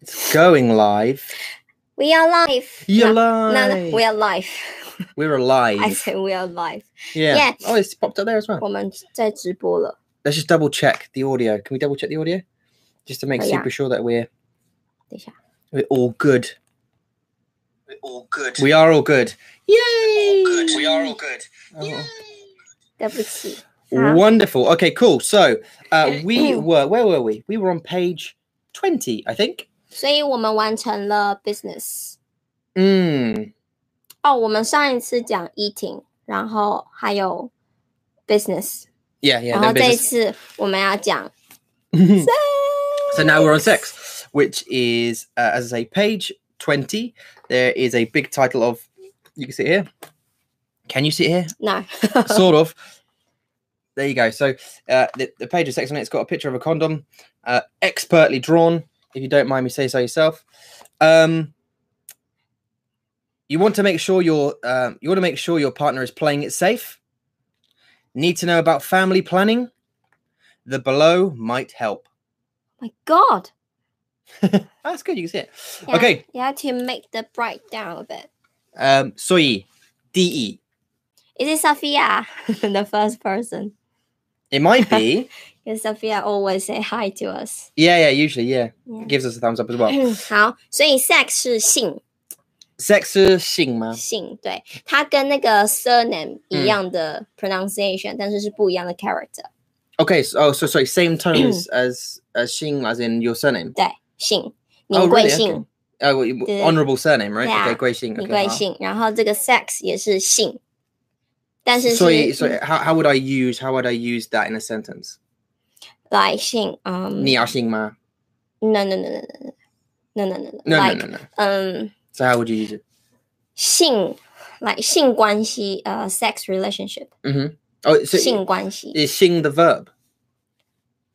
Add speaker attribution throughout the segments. Speaker 1: It's going live.
Speaker 2: We are live.
Speaker 1: You're
Speaker 2: No,
Speaker 1: live.
Speaker 2: no, we are live.
Speaker 1: We're alive.
Speaker 2: I said we are live.
Speaker 1: yeah.
Speaker 2: yes.
Speaker 1: Oh, it's popped up there as well.
Speaker 2: 我们在直播了。
Speaker 1: Let's just double check the audio. Can we double check the audio? Just to make
Speaker 2: Oh, yeah.
Speaker 1: super sure that we're
Speaker 2: 等一下，
Speaker 1: we're all good.
Speaker 3: We're all good.
Speaker 1: We are all good. Yay!
Speaker 3: good. We are all good.
Speaker 1: Oh.
Speaker 2: 对不起。好
Speaker 1: Wonderful. Okay, cool. So uh, we were where were we? We were on page twenty, I think.
Speaker 2: 所以我们完成了 business。
Speaker 1: Mm.
Speaker 2: 哦，我们上一次讲 eating，然后还有 business，
Speaker 1: Yeah, yeah.
Speaker 2: 然
Speaker 1: then
Speaker 2: 后这一
Speaker 1: business.
Speaker 2: 次我们要讲
Speaker 1: So now we're on six, which is, uh, as I say, page 20. There is a big title of, you can see it here. Can you see it here?
Speaker 2: no，
Speaker 1: sort of. There you go. So uh, the, the page of sex on it, it's got a picture of a condom, uh, expertly drawn, if you don't mind me saying so yourself. Um, you want to make sure your um, you want to make sure your partner is playing it safe. Need to know about family planning. The below might help.
Speaker 2: my God，
Speaker 1: Oh, That's good. You can see it.
Speaker 2: Yeah.
Speaker 1: Okay.
Speaker 2: you have to make the breakdown of it.
Speaker 1: Um, E. soy, de.
Speaker 2: Is it Sophia, the first person?
Speaker 1: It might be.
Speaker 2: Because Sophia always say hi to us.
Speaker 1: yeah, yeah. Usually, yeah.
Speaker 2: Yeah.
Speaker 1: It gives us a thumbs up as well.
Speaker 2: 好，所以 sex 是性
Speaker 1: Sex xing
Speaker 2: 性，对，它跟那个 surname
Speaker 1: 嗯
Speaker 2: 一样的 pronunciation，、但是是不一样的 character。
Speaker 1: Okay. So, oh, so sorry. Same tone as as as Xing, as in your surname.
Speaker 2: 对，姓
Speaker 1: Oh,
Speaker 2: 名贵
Speaker 1: really?
Speaker 2: 姓
Speaker 1: Okay. Oh, well, you-
Speaker 2: The-
Speaker 1: honorable surname, right?
Speaker 2: Yeah.
Speaker 1: Okay, Gui Xing.
Speaker 2: 名
Speaker 1: Okay,
Speaker 2: 贵
Speaker 1: wow.
Speaker 2: 姓，然后这个 sex 也是姓，但是
Speaker 1: So, you-
Speaker 2: 是
Speaker 1: so how, how would I use how would I use that in a sentence?
Speaker 2: 来姓，嗯
Speaker 1: Ni xing ma.
Speaker 2: ，no no no no no no no no
Speaker 1: No,
Speaker 2: like
Speaker 1: no, no, no.
Speaker 2: 嗯
Speaker 1: So how would you use it?
Speaker 2: 性来性关系，呃，sex relationship
Speaker 1: Oh, so
Speaker 2: 性关系
Speaker 1: is xing the verb?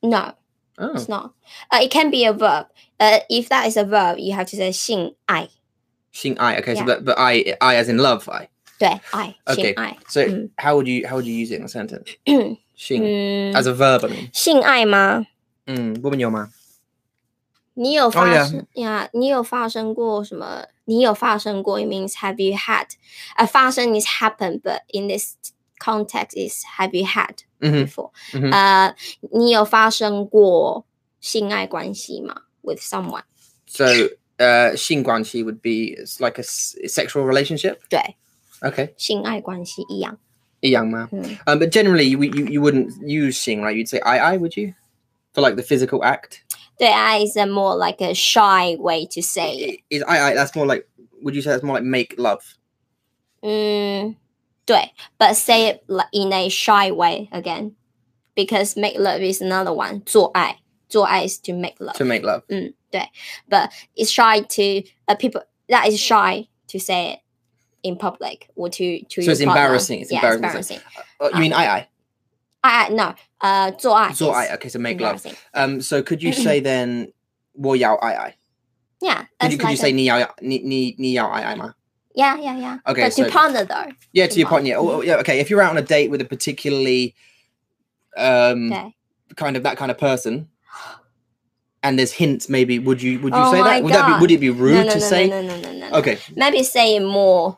Speaker 2: ，no。
Speaker 1: Oh,
Speaker 2: It's not. Uh, it can be a verb. Uh, if that is a verb, you have to say 性爱，
Speaker 1: xing I. Okay, so
Speaker 2: Yeah.
Speaker 1: but, but I I as in love I.
Speaker 2: 对，爱，
Speaker 1: Okay.
Speaker 2: 性爱。
Speaker 1: So
Speaker 2: Mm.
Speaker 1: how would you how would you use it in a sentence? Xing
Speaker 2: 嗯，
Speaker 1: as a verb, I mean.
Speaker 2: 性爱吗？
Speaker 1: Mm, woman your ma.
Speaker 2: 你有发
Speaker 1: yeah.
Speaker 2: 生呀你有发生过什么？你有发生过？It means have you had？呃，发生 is happen, but in this context is have you had
Speaker 1: Mhm.
Speaker 2: before？
Speaker 1: Mhm.
Speaker 2: 呃，你有发生过性爱关系吗？With someone？
Speaker 1: So uh xing guanxi would be it's like a s- sexual relationship.
Speaker 2: 对，
Speaker 1: Okay.
Speaker 2: 性爱关系一样。
Speaker 1: Young ma.
Speaker 2: 嗯，
Speaker 1: Um, but generally, you, you you wouldn't use "sing" right? You'd say "I I," would you? For like the physical act,
Speaker 2: 对爱 is a more like a shy way to say
Speaker 1: I- is
Speaker 2: it.
Speaker 1: "I I." That's more like. Would you say that's more like make love?
Speaker 2: 嗯，Mm, 对，but say it li- in a shy way again, because make love is another one. 做爱，做爱 is to make love.
Speaker 1: To make love.
Speaker 2: 嗯，对，but it's shy to uh, people that is shy to say it in public or to
Speaker 1: So
Speaker 2: to. your
Speaker 1: it's
Speaker 2: partner.
Speaker 1: embarrassing, it's
Speaker 2: yeah,
Speaker 1: embarrassing. Oh, you mean "I
Speaker 2: I no. 呃，做
Speaker 1: I"?
Speaker 2: 爱。
Speaker 1: So "I." Okay, so make love.
Speaker 2: embarrassing.
Speaker 1: Um, so could you say then "wo yao I I"?
Speaker 2: Yeah.
Speaker 1: Could
Speaker 2: that's
Speaker 1: you could you
Speaker 2: like
Speaker 1: say
Speaker 2: a-
Speaker 1: "ni yao ni ni ni yao I I" ma?
Speaker 2: Yeah, yeah, yeah.
Speaker 1: Okay,
Speaker 2: But
Speaker 1: so-
Speaker 2: to partner though.
Speaker 1: Yeah, to your
Speaker 2: Come on.
Speaker 1: partner. Yeah. Oh, oh, yeah. Okay, if you're out on a date with a particularly um
Speaker 2: Okay.
Speaker 1: kind of that kind of person. And there's hints, maybe. Would you would you
Speaker 2: Oh
Speaker 1: say
Speaker 2: my
Speaker 1: that? Would that be
Speaker 2: God.
Speaker 1: would it be
Speaker 2: No,
Speaker 1: rude
Speaker 2: no,
Speaker 1: to
Speaker 2: no,
Speaker 1: say?
Speaker 2: no, no, no, no, no.
Speaker 1: Okay,
Speaker 2: maybe say it more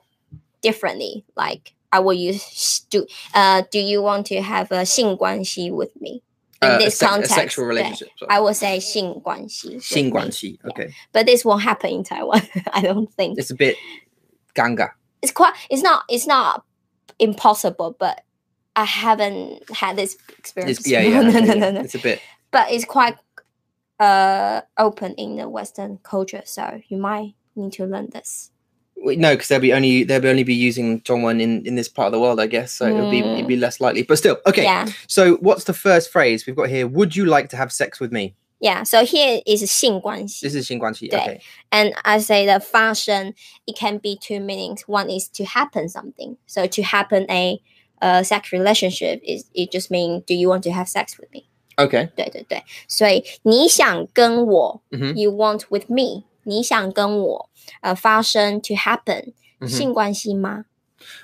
Speaker 2: differently. Like I will use do uh do you want to have a 性关系 with me? In
Speaker 1: uh, a,
Speaker 2: this
Speaker 1: sex- a
Speaker 2: context,
Speaker 1: sexual
Speaker 2: yeah.
Speaker 1: relationship. sorry.
Speaker 2: I will say 性关系 with me.
Speaker 1: 性关系 Okay,
Speaker 2: But this won't happen in Taiwan. I don't think.
Speaker 1: it's a bit ganga.
Speaker 2: It's quite it's not it's not impossible, but I haven't had this experience.
Speaker 1: It's, yeah, yeah,
Speaker 2: no,
Speaker 1: okay,
Speaker 2: no,
Speaker 1: yeah,
Speaker 2: no, no.
Speaker 1: It's a bit.
Speaker 2: But it's quite uh open in the Western culture, so you might need to learn this.
Speaker 1: we- No, because they'll be only they'll be only be using Zhongwen in in this part of the world, I guess. So it'll be it'd
Speaker 2: Mm.
Speaker 1: be less likely. But still, okay.
Speaker 2: Yeah.
Speaker 1: So what's the first phrase we've got here? Would you like to have sex with me?
Speaker 2: Yeah. So here is 性关系。
Speaker 1: This is 性关系.
Speaker 2: Yeah.
Speaker 1: Okay.
Speaker 2: And I say the function, it can be two meanings. One is to happen something. So to happen a uh, sex relationship is it just means do you want to have sex with me?
Speaker 1: Okay.
Speaker 2: 对对对，所以你想跟我、
Speaker 1: 嗯哼。
Speaker 2: you want with me，你想跟我呃发生 to happen、
Speaker 1: Mhm.
Speaker 2: 性关系吗？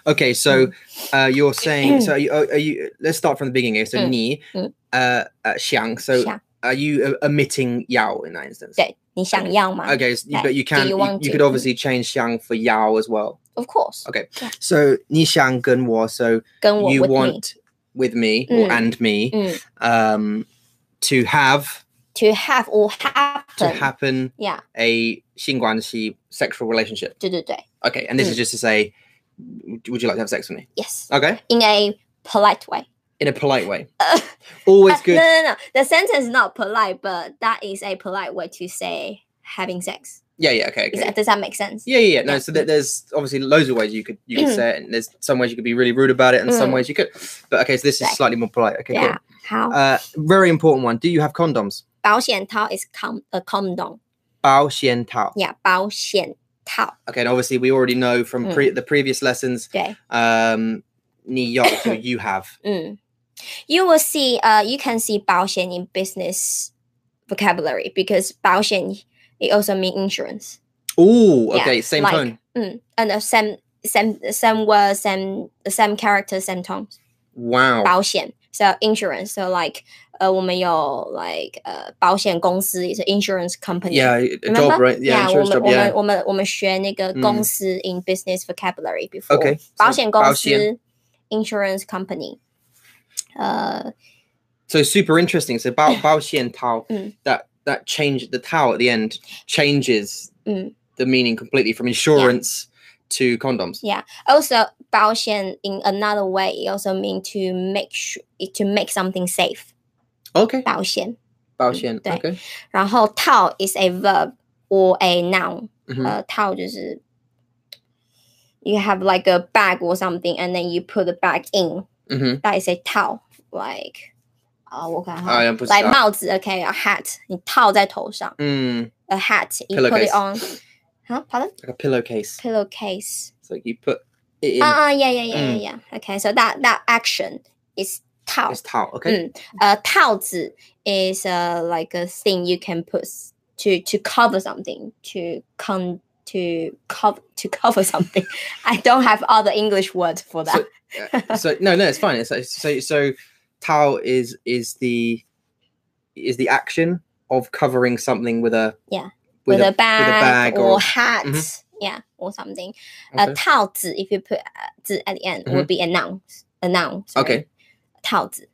Speaker 1: Okay.
Speaker 2: Mm.
Speaker 1: So uh, you're saying so. Are you, are you? Let's start from the beginning. here. So
Speaker 2: Mm.
Speaker 1: ni,
Speaker 2: Mm.
Speaker 1: uh, uh, xiang. So
Speaker 2: 想。
Speaker 1: are you uh, omitting yao in that instance?
Speaker 2: 对，你想要吗
Speaker 1: Okay, s-
Speaker 2: Like,
Speaker 1: but you can
Speaker 2: you
Speaker 1: you,
Speaker 2: want
Speaker 1: you
Speaker 2: to?
Speaker 1: could obviously change xiang for yao as well.
Speaker 2: Of course.
Speaker 1: Okay. So ni xiang gun wo, so
Speaker 2: 跟我
Speaker 1: you
Speaker 2: with me.
Speaker 1: want with me or
Speaker 2: Mm.
Speaker 1: and me
Speaker 2: Mm.
Speaker 1: um to have
Speaker 2: to have or happen.
Speaker 1: to happen
Speaker 2: Yeah.
Speaker 1: a xingguanxi sexual relationship.
Speaker 2: 对对对。
Speaker 1: Okay, and
Speaker 2: Mm.
Speaker 1: this is just to say "W- would you like to have sex with me?
Speaker 2: Yes.
Speaker 1: Okay.
Speaker 2: In a polite way.
Speaker 1: In a polite way.
Speaker 2: Uh,
Speaker 1: Always
Speaker 2: Uh,
Speaker 1: good
Speaker 2: No, no, no. The sentence is not polite, but that is a polite way to say having sex.
Speaker 1: Yeah, yeah, okay.
Speaker 2: Is
Speaker 1: okay.
Speaker 2: that, does that make sense?
Speaker 1: Yeah, yeah, yeah. No,
Speaker 2: Yeah.
Speaker 1: so there- there's obviously loads of ways you could you could say it, and there's some ways you could be really rude about it, and some
Speaker 2: Mm.
Speaker 1: ways you could. But okay, so this is
Speaker 2: Right.
Speaker 1: slightly more polite. Okay, cool.
Speaker 2: Yeah. How?
Speaker 1: Uh, very important one. Do you have condoms?
Speaker 2: 保险套 is com a condom.
Speaker 1: Bao xian tao.
Speaker 2: Yeah, 保险套.
Speaker 1: Okay, and obviously we already know
Speaker 2: Mm.
Speaker 1: from pre- the previous lessons.
Speaker 2: Okay.
Speaker 1: Um, ni yao, so you have.
Speaker 2: Mm. You will see. Uh, you can see 保险 in business vocabulary because 保险 it also mean insurance.
Speaker 1: Oh,
Speaker 2: Yeah,
Speaker 1: okay, same
Speaker 2: like-
Speaker 1: tone.
Speaker 2: Mm. And the same same same word, same same character, same tone.
Speaker 1: Wow.
Speaker 2: 保险 so insurance so like uh, 我们有 like uh 保险公司 is an insurance company
Speaker 1: yeah, a job,
Speaker 2: Remember?
Speaker 1: right? Yeah, insurance job. Yeah. 嗯。
Speaker 2: 我们我们我们我们学那个公司 in business vocabulary before
Speaker 1: Okay. so
Speaker 2: 保险公司 insurance company 呃
Speaker 1: So super interesting. So bao bao xian tao
Speaker 2: Mm.
Speaker 1: that that change the tao at the end changes
Speaker 2: Mm.
Speaker 1: the meaning completely from insurance to condoms.
Speaker 2: also 保险 in another way it also mean to make sure to make something safe
Speaker 1: Okay,
Speaker 2: 保险
Speaker 1: bao xian.
Speaker 2: 对。
Speaker 1: Okay,
Speaker 2: 然后套 is a verb or a noun，、
Speaker 1: Mhm.
Speaker 2: 呃，套就是 you have like a bag or something and then you put the bag in，
Speaker 1: hmm
Speaker 2: that is a 套，like 啊、我看哈，
Speaker 1: 哎呀不知
Speaker 2: 来
Speaker 1: 道
Speaker 2: 帽子，OK，a、hat，你套在头上
Speaker 1: mm,
Speaker 2: ，a hat，you put it on，啊，好的
Speaker 1: like a pillowcase.
Speaker 2: ，pillowcase，
Speaker 1: So you put it in.
Speaker 2: 啊啊，yeah yeah yeah
Speaker 1: 嗯
Speaker 2: yeah yeah，OK，so、that that action is 套
Speaker 1: It's，tao. Okay.
Speaker 2: 呃，套子 Mm. is a like a thing you can put s- to to cover something to con to cover to cover something. I don't have other English words for that. Mm.
Speaker 1: so no, no, it's fine. It's, it's- so so tao is is the is the action of covering something with a
Speaker 2: Yeah,
Speaker 1: with, a,
Speaker 2: bag,
Speaker 1: bag
Speaker 2: or,
Speaker 1: or-
Speaker 2: hat,
Speaker 1: Mhm.
Speaker 2: yeah, or something. A
Speaker 1: okay. Mm-hmm.
Speaker 2: 套子 if you put uh, 字 at the end would be a noun. A noun. sorry.
Speaker 1: Okay.
Speaker 2: 套子.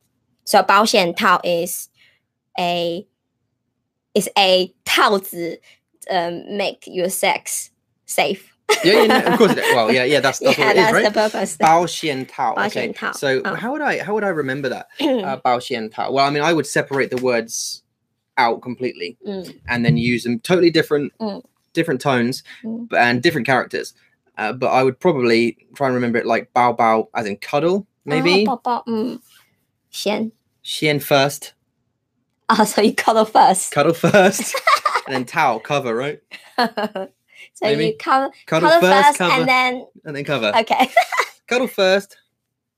Speaker 2: So 保险套 is a is a 套子 um, make your sex safe.
Speaker 1: yeah, yeah, no, of course. it- Well, yeah, yeah. That's that's
Speaker 2: yeah,
Speaker 1: what it is,
Speaker 2: that's
Speaker 1: right?
Speaker 2: the purpose.
Speaker 1: Bao xian tao. Okay.
Speaker 2: 保险套，
Speaker 1: So
Speaker 2: oh. Hmm.
Speaker 1: how would I how would I remember that? Uh, bao xian tao. Well, I mean, I would separate the words out completely
Speaker 2: Mm,
Speaker 1: and then use them totally different
Speaker 2: Mm.
Speaker 1: different tones
Speaker 2: Mm.
Speaker 1: b- and different characters. Uh, but I would probably try and remember it like bao bao as in cuddle,
Speaker 2: Oh,
Speaker 1: maybe.
Speaker 2: mm. 然后抱抱，嗯，先
Speaker 1: Xian first,
Speaker 2: Oh, so you cuddle first.
Speaker 1: cuddle first, and then tao cover, right?
Speaker 2: so you
Speaker 1: Maybe.
Speaker 2: cuddle,
Speaker 1: Cuddle,
Speaker 2: cuddle
Speaker 1: first,
Speaker 2: first,
Speaker 1: cover,
Speaker 2: and then
Speaker 1: and then cover.
Speaker 2: okay,
Speaker 1: Cuddle first,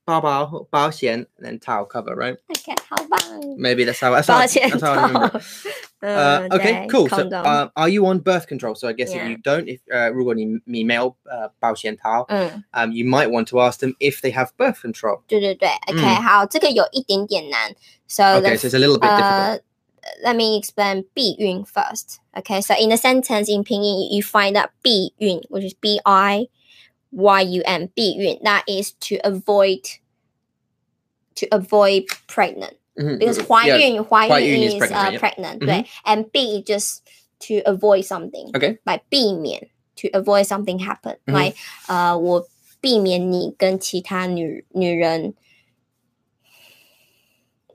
Speaker 1: bao bao, bao xian, and then tao cover, right?
Speaker 2: okay, 好棒。
Speaker 1: Maybe that's how that's how, I- that's how I remember. it.
Speaker 2: Oh,
Speaker 1: Uh, okay, cool. So, uh, are you on birth control? So I guess
Speaker 2: Yeah.
Speaker 1: if you don't, if uh, 如果你你没有 uh, 保险套,
Speaker 2: Mm.
Speaker 1: um, you might want to ask them if they have birth control. 嗯。
Speaker 2: 嗯，对对对，OK，好，这个有一点点难。So
Speaker 1: Mm. Okay, so it's a little bit difficult.
Speaker 2: uh, let me explain 避孕 first. Okay, so in the sentence in pinyin, you find that 避孕, which is B I Y U N, 避孕, that is to avoid to avoid pregnant
Speaker 1: Mhm,
Speaker 2: because
Speaker 1: mhm,
Speaker 2: 怀孕
Speaker 1: 怀孕
Speaker 2: 怀孕
Speaker 1: is
Speaker 2: is
Speaker 1: pregnant,
Speaker 2: uh,
Speaker 1: yeah.
Speaker 2: pregnant,
Speaker 1: Mhm.
Speaker 2: 对 and B is just to avoid something.
Speaker 1: Okay. Mm-hmm.
Speaker 2: like 避免 to avoid something happen.
Speaker 1: 嗯哼
Speaker 2: Like uh, 呃，我避免你跟其他女女人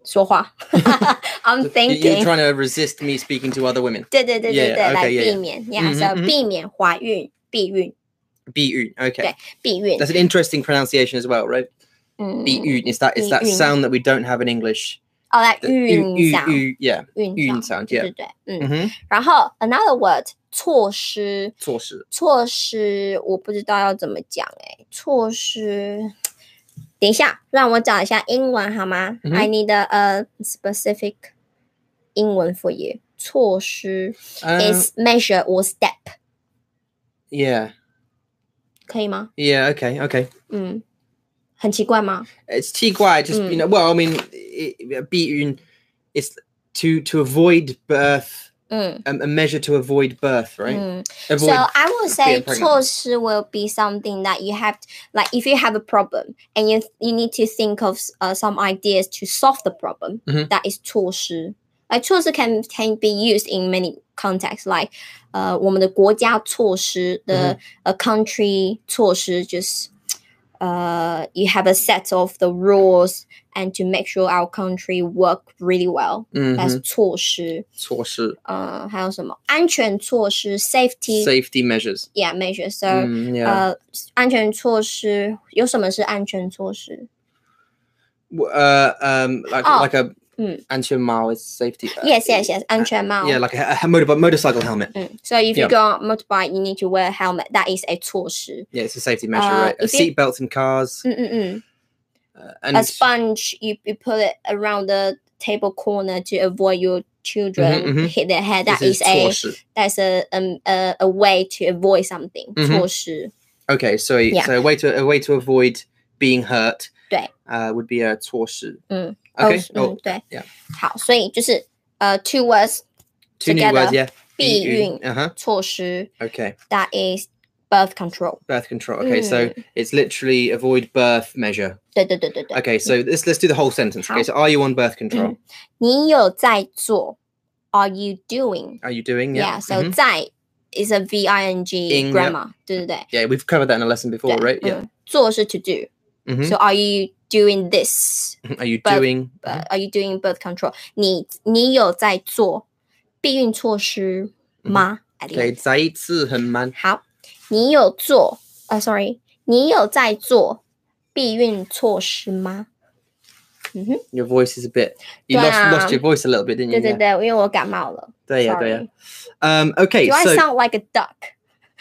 Speaker 2: 说话。I'm
Speaker 1: yeah. You- You're
Speaker 2: thinking.
Speaker 1: trying to resist me speaking to other women.
Speaker 2: 对对对对
Speaker 1: Yeah,
Speaker 2: 对，
Speaker 1: yeah,
Speaker 2: 来
Speaker 1: okay, yeah, Mm-hmm,
Speaker 2: 避
Speaker 1: yeah.
Speaker 2: 免，yeah，so
Speaker 1: 嗯哼，嗯哼。
Speaker 2: 避免怀孕、避孕、
Speaker 1: Bi Okay,
Speaker 2: 避孕，
Speaker 1: that's an interesting pronunciation as well, right?
Speaker 2: 嗯，
Speaker 1: Mm. Bi It's that it's that
Speaker 2: 避孕。
Speaker 1: sound that we don't have in English.
Speaker 2: 哦，来
Speaker 1: The
Speaker 2: 孕
Speaker 1: u-
Speaker 2: 上
Speaker 1: u- u- yeah.
Speaker 2: 孕
Speaker 1: 孕上
Speaker 2: 上，对
Speaker 1: yeah
Speaker 2: 对对，嗯，
Speaker 1: Mm-hmm.
Speaker 2: 然后 another word 措施，措施我不知道要怎么讲哎、措施。等一下，让我找一下英文好吗、
Speaker 1: 嗯哼
Speaker 2: i need a, a specific 英文 for you。措施、
Speaker 1: Uh,
Speaker 2: is measure or step，
Speaker 1: yeah.
Speaker 2: 可以吗？
Speaker 1: Yeah. Okay. Okay.
Speaker 2: 嗯，很奇怪吗？
Speaker 1: It's 奇怪, just you
Speaker 2: Mm.
Speaker 1: know. Well, I mean, it, it- 避孕 is to to avoid birth,
Speaker 2: 嗯
Speaker 1: um, a measure to avoid birth, right?
Speaker 2: 嗯。
Speaker 1: Avoid.
Speaker 2: So I would say
Speaker 1: being pregnant.
Speaker 2: 措施 will be something that you have, like if you have a problem and you you need to think of uh, some ideas to solve the problem.
Speaker 1: Mhm.
Speaker 2: That is 措施. Like 措施 can can be used in many contexts, like 呃我们的国家措施 the a country 措施 just uh you have a set of the rules and to make sure our country work really well.
Speaker 1: mm-hmm,
Speaker 2: That's 措施.
Speaker 1: 措施,
Speaker 2: 呃还有什么安全措施 safety
Speaker 1: safety measures.
Speaker 2: yeah measure. So、uh,
Speaker 1: Mm, yeah.
Speaker 2: 呃，安全措施有什么是安全措施
Speaker 1: W- uh, um, like
Speaker 2: Oh.
Speaker 1: like a
Speaker 2: Mm.
Speaker 1: anti-mile is safety. uh,
Speaker 2: ？Yes, yes, Oh. yes，安全帽。
Speaker 1: Yeah, like a, a motor, motorcycle helmet.
Speaker 2: 嗯，So if you
Speaker 1: Yeah.
Speaker 2: go on motorbike, you need to wear a helmet. That is a 措施。
Speaker 1: Yeah, it's a safety measure,
Speaker 2: Uh,
Speaker 1: right? Uh,
Speaker 2: if you-
Speaker 1: Seatbelts in cars
Speaker 2: 嗯嗯
Speaker 1: uh,
Speaker 2: 嗯。
Speaker 1: and
Speaker 2: A sponge, you you put it around the table corner to avoid your children
Speaker 1: Mhm, mhm.
Speaker 2: hit their head. That
Speaker 1: this
Speaker 2: is
Speaker 1: is
Speaker 2: a
Speaker 1: 措施.
Speaker 2: that's a um a a way to avoid something.
Speaker 1: Mhm.
Speaker 2: 措施。
Speaker 1: Okay, so
Speaker 2: Yeah.
Speaker 1: so a way to a way to avoid being hurt.
Speaker 2: 对。
Speaker 1: Uh, would be a 措施.
Speaker 2: Mm.
Speaker 1: Okay.
Speaker 2: Oh, 嗯
Speaker 1: Oh,
Speaker 2: 对
Speaker 1: yeah.。
Speaker 2: 好，所以就是呃，two words
Speaker 1: two new
Speaker 2: together.
Speaker 1: words. Yeah.
Speaker 2: 避孕
Speaker 1: Uh huh.
Speaker 2: 措施
Speaker 1: Okay.
Speaker 2: ，that is birth control。
Speaker 1: Birth control. Okay, so
Speaker 2: Mm.
Speaker 1: it's literally avoid birth measure.
Speaker 2: 对对对对对。
Speaker 1: Okay, so let's let's do the whole sentence. Okay,
Speaker 2: How? Mm.
Speaker 1: so are you on birth control?
Speaker 2: 你有在做？Are you doing?
Speaker 1: Are you doing? Yeah.
Speaker 2: Yeah. So
Speaker 1: mhm.
Speaker 2: 在 is a v i n g
Speaker 1: In,
Speaker 2: grammar，对对对
Speaker 1: yeah, we've covered that in a lesson before,
Speaker 2: 对。
Speaker 1: right? Yeah.
Speaker 2: 嗯，做是 to do。
Speaker 1: Mhm.
Speaker 2: So are you doing this?
Speaker 1: Are you
Speaker 2: But-
Speaker 1: doing?
Speaker 2: Uh, Are you doing birth control? 你你有在做避孕措施
Speaker 1: Mm-hmm。
Speaker 2: 吗？I think
Speaker 1: Okay, 再一次很慢。
Speaker 2: 好，你有做？呃、s o r r y 你有在做避孕措施吗？
Speaker 1: Your voice is a bit. You lost lost your voice a little bit, didn't
Speaker 2: 对
Speaker 1: you?
Speaker 2: 对对，因为我感冒了。
Speaker 1: Yeah.
Speaker 2: Sorry.
Speaker 1: 对呀，对呀。Um. Okay.
Speaker 2: Do I
Speaker 1: so
Speaker 2: sound like a duck?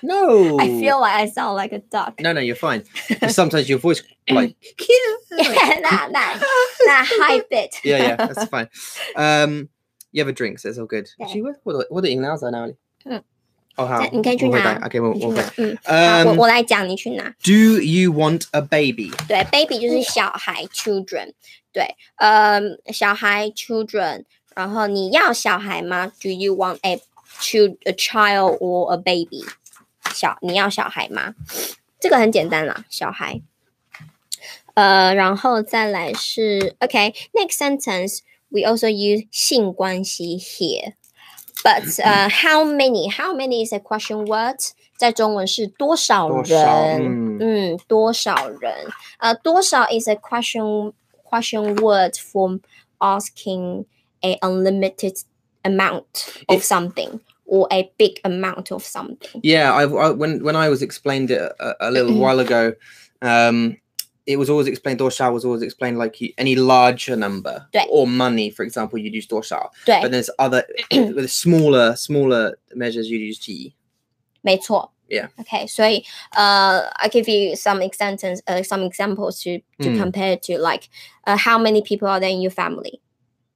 Speaker 1: no.
Speaker 2: I feel like I sound like a duck.
Speaker 1: No, no, you're fine. Sometimes your voice like
Speaker 2: yeah, that that that high bit.
Speaker 1: yeah, yeah, that's fine. Um, you have a drink, so it's all good.
Speaker 2: Yeah.
Speaker 1: Actually, what what what are you now? now?
Speaker 2: Mm.
Speaker 1: Oh, how?
Speaker 2: Yeah, 你可以去拿，
Speaker 1: Okay, we'll,
Speaker 2: 你去
Speaker 1: we'll
Speaker 2: 拿
Speaker 1: back.
Speaker 2: 嗯，好，我
Speaker 1: Um,
Speaker 2: 我来讲，你去拿。
Speaker 1: do you want a baby?
Speaker 2: 对，baby 就是小孩，children。对，呃，小孩，children。然后你要小孩吗？Do you want a child, a child or a baby？小，你要小孩吗？这个很简单啦，小孩。呃，然后再来是 OK，next、sentence we also use 性关系 here。But 呃、how many? How many is a question word？在中文是多少
Speaker 1: Oh,
Speaker 2: 人？
Speaker 1: 多少？嗯。
Speaker 2: 嗯，多少人？呃，多少 is a question question word for asking a unlimited amount of
Speaker 1: It-
Speaker 2: something or a big amount of something.
Speaker 1: Yeah, I, I when when I was explained it a, a little while ago, um, it was always explained. Dorshao was always explained like you, any larger number
Speaker 2: 对。
Speaker 1: or money, for example, you'd use dorshao.
Speaker 2: 对
Speaker 1: But，there's other with smaller smaller measures you'd use ji.
Speaker 2: 没错。
Speaker 1: Yeah.
Speaker 2: Okay. 所以呃、i give you some examples, uh, some examples to to
Speaker 1: 嗯
Speaker 2: compare to like, uh, how many people are there in your family?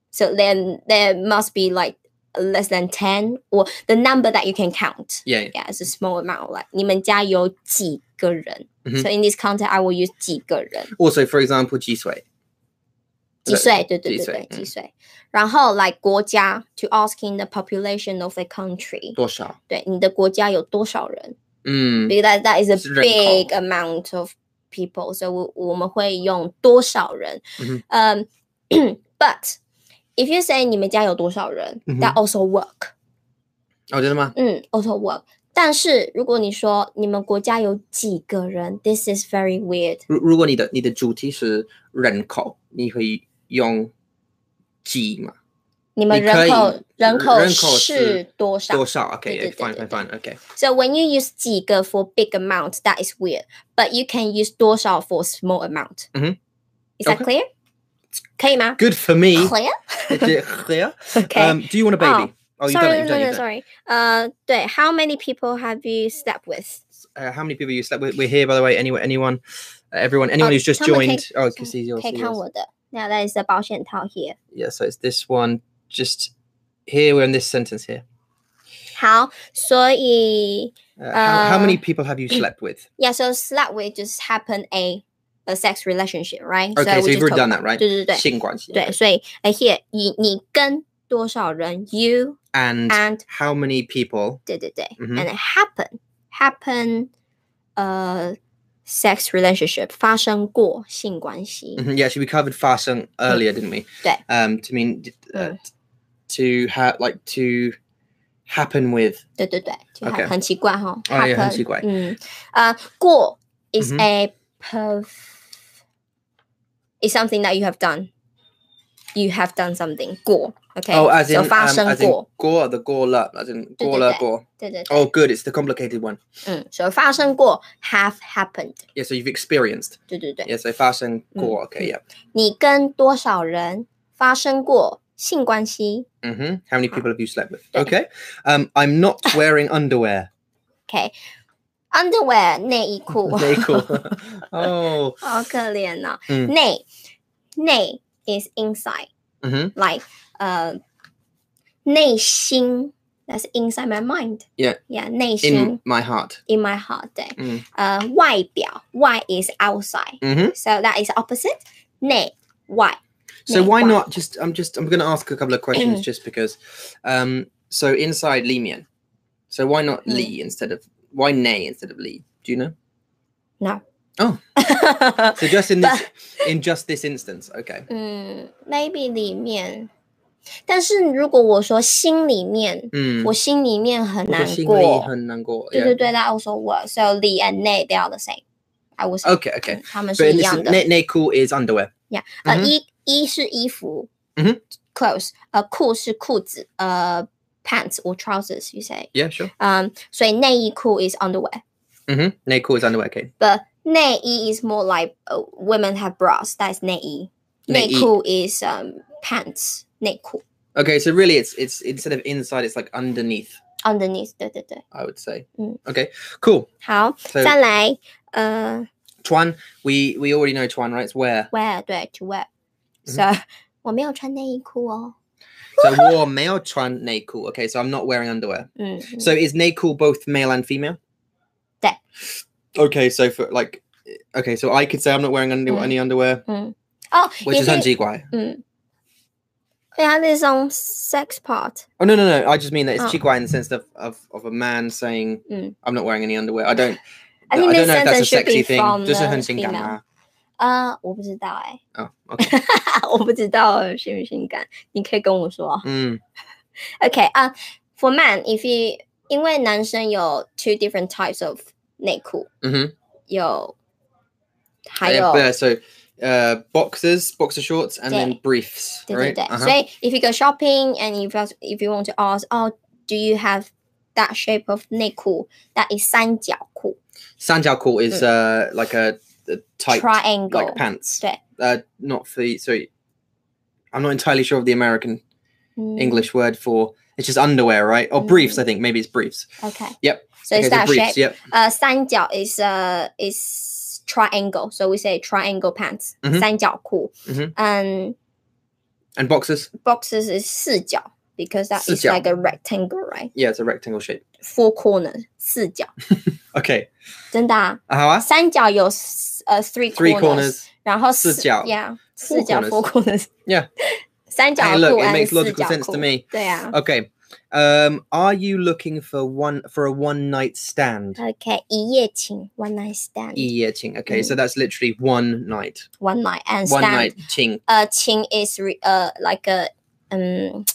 Speaker 2: So then there must be like less than ten or the number that you can count.
Speaker 1: Yeah,
Speaker 2: yeah, it's a small amount. Like 你们家有几个人
Speaker 1: Mhm.
Speaker 2: So in this context, I will use 几个人，
Speaker 1: Also, for example, G Sui.
Speaker 2: 几岁，对对对对，
Speaker 1: 几岁，嗯。
Speaker 2: 几岁。然后 like 国家 to asking the population of a country.
Speaker 1: Dorshao.
Speaker 2: 对，你的国家有多少人？
Speaker 1: Mm.
Speaker 2: Because that that is a
Speaker 1: 是人口。
Speaker 2: big amount of people. So 我-我们会用多少人。
Speaker 1: Mhm.
Speaker 2: Um, but if you say 你们家有多少人
Speaker 1: Mhm.
Speaker 2: that also work.
Speaker 1: Oh, didn't I?
Speaker 2: 嗯，auto work。但是如果你说你们国家有几个人，this is very weird。
Speaker 1: 如如果你的你的主题是人口，你会用几嘛？
Speaker 2: 你们
Speaker 1: 你可
Speaker 2: 人
Speaker 1: 以
Speaker 2: 口人口
Speaker 1: 人口
Speaker 2: 是
Speaker 1: 是
Speaker 2: 多少
Speaker 1: 多少？OK，
Speaker 2: 对对
Speaker 1: fine
Speaker 2: 对
Speaker 1: fine fine
Speaker 2: 对
Speaker 1: OK。
Speaker 2: ？So when you use 几个 for big amount, that is weird. But you can use 多少 for small amount.
Speaker 1: 嗯哼
Speaker 2: Is that
Speaker 1: OK
Speaker 2: clear? 可以吗
Speaker 1: Good for me.
Speaker 2: ？Clear?
Speaker 1: Clear.
Speaker 2: Oh, Okay.
Speaker 1: Um, do you want a baby? Oh, you've done
Speaker 2: Sorry,
Speaker 1: it. You've done it.
Speaker 2: no, no,
Speaker 1: you've done it.
Speaker 2: sorry. 呃，对，How many people have you slept with?
Speaker 1: Uh, how many people you slept with? We're here, by the way. Anyone, anyone, uh, everyone, anyone who's just
Speaker 2: Tom, I
Speaker 1: joined. Oh, I can see yours.
Speaker 2: 可以
Speaker 1: see
Speaker 2: 看
Speaker 1: yours.
Speaker 2: 我的。Now that is the 保险套 here.
Speaker 1: Yeah, so it's this one. Just here, we're in this sentence here.
Speaker 2: 好，所以
Speaker 1: Uh, how, how many
Speaker 2: Uh,
Speaker 1: people have you slept with?
Speaker 2: yeah, so slut will just happen a a sex relationship, right?
Speaker 1: Okay, so
Speaker 2: we
Speaker 1: you've
Speaker 2: just
Speaker 1: already
Speaker 2: talk
Speaker 1: done that,
Speaker 2: about-
Speaker 1: right?
Speaker 2: 对对对
Speaker 1: 性关系。
Speaker 2: 对，所以 uh, here 你你跟多少人，you
Speaker 1: and Mm-hmm.
Speaker 2: and
Speaker 1: how many people?
Speaker 2: 对对对、
Speaker 1: 嗯哼
Speaker 2: a n d happen happen 呃、sex relationship 发生过性关系，
Speaker 1: Mhm, Yeah, so we covered fasung earlier, didn't we?
Speaker 2: Yeah.
Speaker 1: Um, to mean uh, to ha- like to happen with.
Speaker 2: 对对对，就很
Speaker 1: OK
Speaker 2: 很奇怪哈、
Speaker 1: 哎呀
Speaker 2: happen
Speaker 1: 很奇怪
Speaker 2: 嗯，呃，过 is、
Speaker 1: 嗯哼
Speaker 2: a perf is something that you have done. You have done something 过，OK？
Speaker 1: Oh, as in,
Speaker 2: 就发
Speaker 1: um,
Speaker 2: 生
Speaker 1: as in
Speaker 2: 过，
Speaker 1: gore, the gore la, as in gore la,
Speaker 2: da, da.
Speaker 1: gore.
Speaker 2: 对对对
Speaker 1: Oh, good. It's the complicated one.
Speaker 2: 嗯，所以发生过 have happened，
Speaker 1: Yeah, so you've experienced.
Speaker 2: 对对对
Speaker 1: Yeah, so fasung
Speaker 2: Mm,
Speaker 1: gore. Okay, yeah.
Speaker 2: 你跟多少人发生过性关系
Speaker 1: hmm How many people have you slept with?
Speaker 2: Yeah.
Speaker 1: Okay. Um, I'm not wearing underwear.
Speaker 2: ？Underwear 内衣裤，
Speaker 1: Very cool. oh.
Speaker 2: 好可怜哦。
Speaker 1: 嗯
Speaker 2: 内内 is inside。
Speaker 1: hmm
Speaker 2: like 呃内心，that's inside my mind。
Speaker 1: Yeah.
Speaker 2: Yeah，内
Speaker 1: In Mm.
Speaker 2: 心
Speaker 1: my heart.
Speaker 2: in, my heart 对。
Speaker 1: 嗯
Speaker 2: 呃，外表外 is outside。
Speaker 1: hmm
Speaker 2: So that is opposite 内外。
Speaker 1: So
Speaker 2: 内
Speaker 1: why
Speaker 2: 外
Speaker 1: not just? I'm just. I'm going to ask a couple of questions just because. Um. So inside Limian. So why not
Speaker 2: Mm.
Speaker 1: Lee instead of why Nay instead of Lee? Do you know?
Speaker 2: No.
Speaker 1: Oh. So just in this in just this instance. Okay.
Speaker 2: 嗯，maybe Mm, 里面，但是如果我说心里面，
Speaker 1: Mm.
Speaker 2: 我心里面很难过。对
Speaker 1: Yeah.
Speaker 2: 对对，that also work. So 里 and 内 they are the same. I would say
Speaker 1: Okay. Okay.
Speaker 2: 嗯他们
Speaker 1: But
Speaker 2: 是
Speaker 1: in
Speaker 2: 一
Speaker 1: this,
Speaker 2: 样的。
Speaker 1: ne- Neku is underwear.
Speaker 2: 呃，
Speaker 1: 嗯哼
Speaker 2: 衣衣是衣服，
Speaker 1: 嗯哼
Speaker 2: c l o t h e 呃，裤是裤子，呃，pants or trousers，you say，
Speaker 1: Yeah, sure.
Speaker 2: 嗯，所以内衣裤 is underwear，but
Speaker 1: Mm-hmm. Neku is underwear. Okay.
Speaker 2: 内衣 is more like、uh, women have bras，that is 内衣，
Speaker 1: 内
Speaker 2: 内
Speaker 1: 衣
Speaker 2: 裤 is um pants，内裤
Speaker 1: Okay. So really, it's it's instead of inside, it's like underneath.
Speaker 2: underneath，对对对，
Speaker 1: I would say.
Speaker 2: Mm.
Speaker 1: Okay. Cool.
Speaker 2: 好，
Speaker 1: So
Speaker 2: 再来，呃
Speaker 1: Tuan, we we already know Tuan, right? It's where.
Speaker 2: ，wear，对，to wear，so、我没有穿内衣裤哦，
Speaker 1: So war male Tuan Neku. Okay. So I'm not wearing underwear.
Speaker 2: 嗯，嗯
Speaker 1: So is Neku both male and female?
Speaker 2: Yeah.
Speaker 1: Okay. So for like, okay. So I could say I'm not wearing under-
Speaker 2: Mm.
Speaker 1: any underwear,
Speaker 2: 哦，
Speaker 1: which
Speaker 2: 也
Speaker 1: is
Speaker 2: 可以，
Speaker 1: anti
Speaker 2: 嗯，对啊，this on sex part。
Speaker 1: Oh no no no! I just mean that it's
Speaker 2: Oh.
Speaker 1: chiguai in the sense of, of of a man saying,
Speaker 2: Mm.
Speaker 1: "I'm not wearing any underwear." I don't.
Speaker 2: I
Speaker 1: I don't
Speaker 2: think this
Speaker 1: know if that's a
Speaker 2: sentence should
Speaker 1: sexy
Speaker 2: be
Speaker 1: thing.
Speaker 2: from
Speaker 1: 就是
Speaker 2: the
Speaker 1: 很性感
Speaker 2: female.
Speaker 1: 吗？
Speaker 2: 呃，我不知道哎、
Speaker 1: 哦，OK，
Speaker 2: 我不知道性不性感，你可以跟我说。
Speaker 1: 嗯
Speaker 2: OK 啊、f o r man, if you 因为男生有 two different types of 内裤，
Speaker 1: 嗯哼，
Speaker 2: 有还有
Speaker 1: yeah, so uh, boxers, boxer shorts, and then briefs,
Speaker 2: 对对
Speaker 1: right?
Speaker 2: 对
Speaker 1: Uh-huh.
Speaker 2: 所以 if you go shopping and if you if you want to ask, oh, do you have that shape of 内裤？That is 三角裤
Speaker 1: Sanjiaoku is
Speaker 2: Mm.
Speaker 1: uh, like a, a tight
Speaker 2: triangle，、
Speaker 1: like pants.
Speaker 2: 对
Speaker 1: Uh, not for sorry, I'm not entirely sure of the American
Speaker 2: 嗯
Speaker 1: English word for it's just underwear, right? Or
Speaker 2: Mm.
Speaker 1: briefs, I think maybe it's briefs.
Speaker 2: OK.
Speaker 1: Yep.
Speaker 2: So it's
Speaker 1: so
Speaker 2: that shape.
Speaker 1: briefs. Yep.
Speaker 2: 呃，三角 is uh is triangle, so we say triangle pants，、
Speaker 1: 嗯哼
Speaker 2: 三角裤。
Speaker 1: 嗯哼
Speaker 2: 嗯
Speaker 1: And boxers,
Speaker 2: boxes is 四角，because that
Speaker 1: 四
Speaker 2: is
Speaker 1: 角
Speaker 2: like a rectangle, right?
Speaker 1: yeah, it's a rectangle shape.
Speaker 2: Four corner 四角，
Speaker 1: Okay.
Speaker 2: 真的啊？
Speaker 1: Uh-huh.
Speaker 2: 三角有 s- 呃 three
Speaker 1: Three
Speaker 2: corners，,
Speaker 1: corners.
Speaker 2: 然后
Speaker 1: 四角
Speaker 2: yeah, 四
Speaker 1: four
Speaker 2: 角
Speaker 1: corners.
Speaker 2: four corners。
Speaker 1: Yeah.
Speaker 2: 三角
Speaker 1: Hey,
Speaker 2: 裤
Speaker 1: look, it
Speaker 2: and
Speaker 1: makes
Speaker 2: 四
Speaker 1: logical
Speaker 2: 角
Speaker 1: sense to
Speaker 2: 裤。
Speaker 1: me.
Speaker 2: 对啊。
Speaker 1: Okay. Um, are you looking for one for a one night stand?
Speaker 2: OK，一夜情，one night stand，one
Speaker 1: Yi Ching. Okay, so that's literally one night.
Speaker 2: night Mm. and
Speaker 1: One
Speaker 2: stand
Speaker 1: night ching.
Speaker 2: 呃，情 is re, 呃 like a 嗯，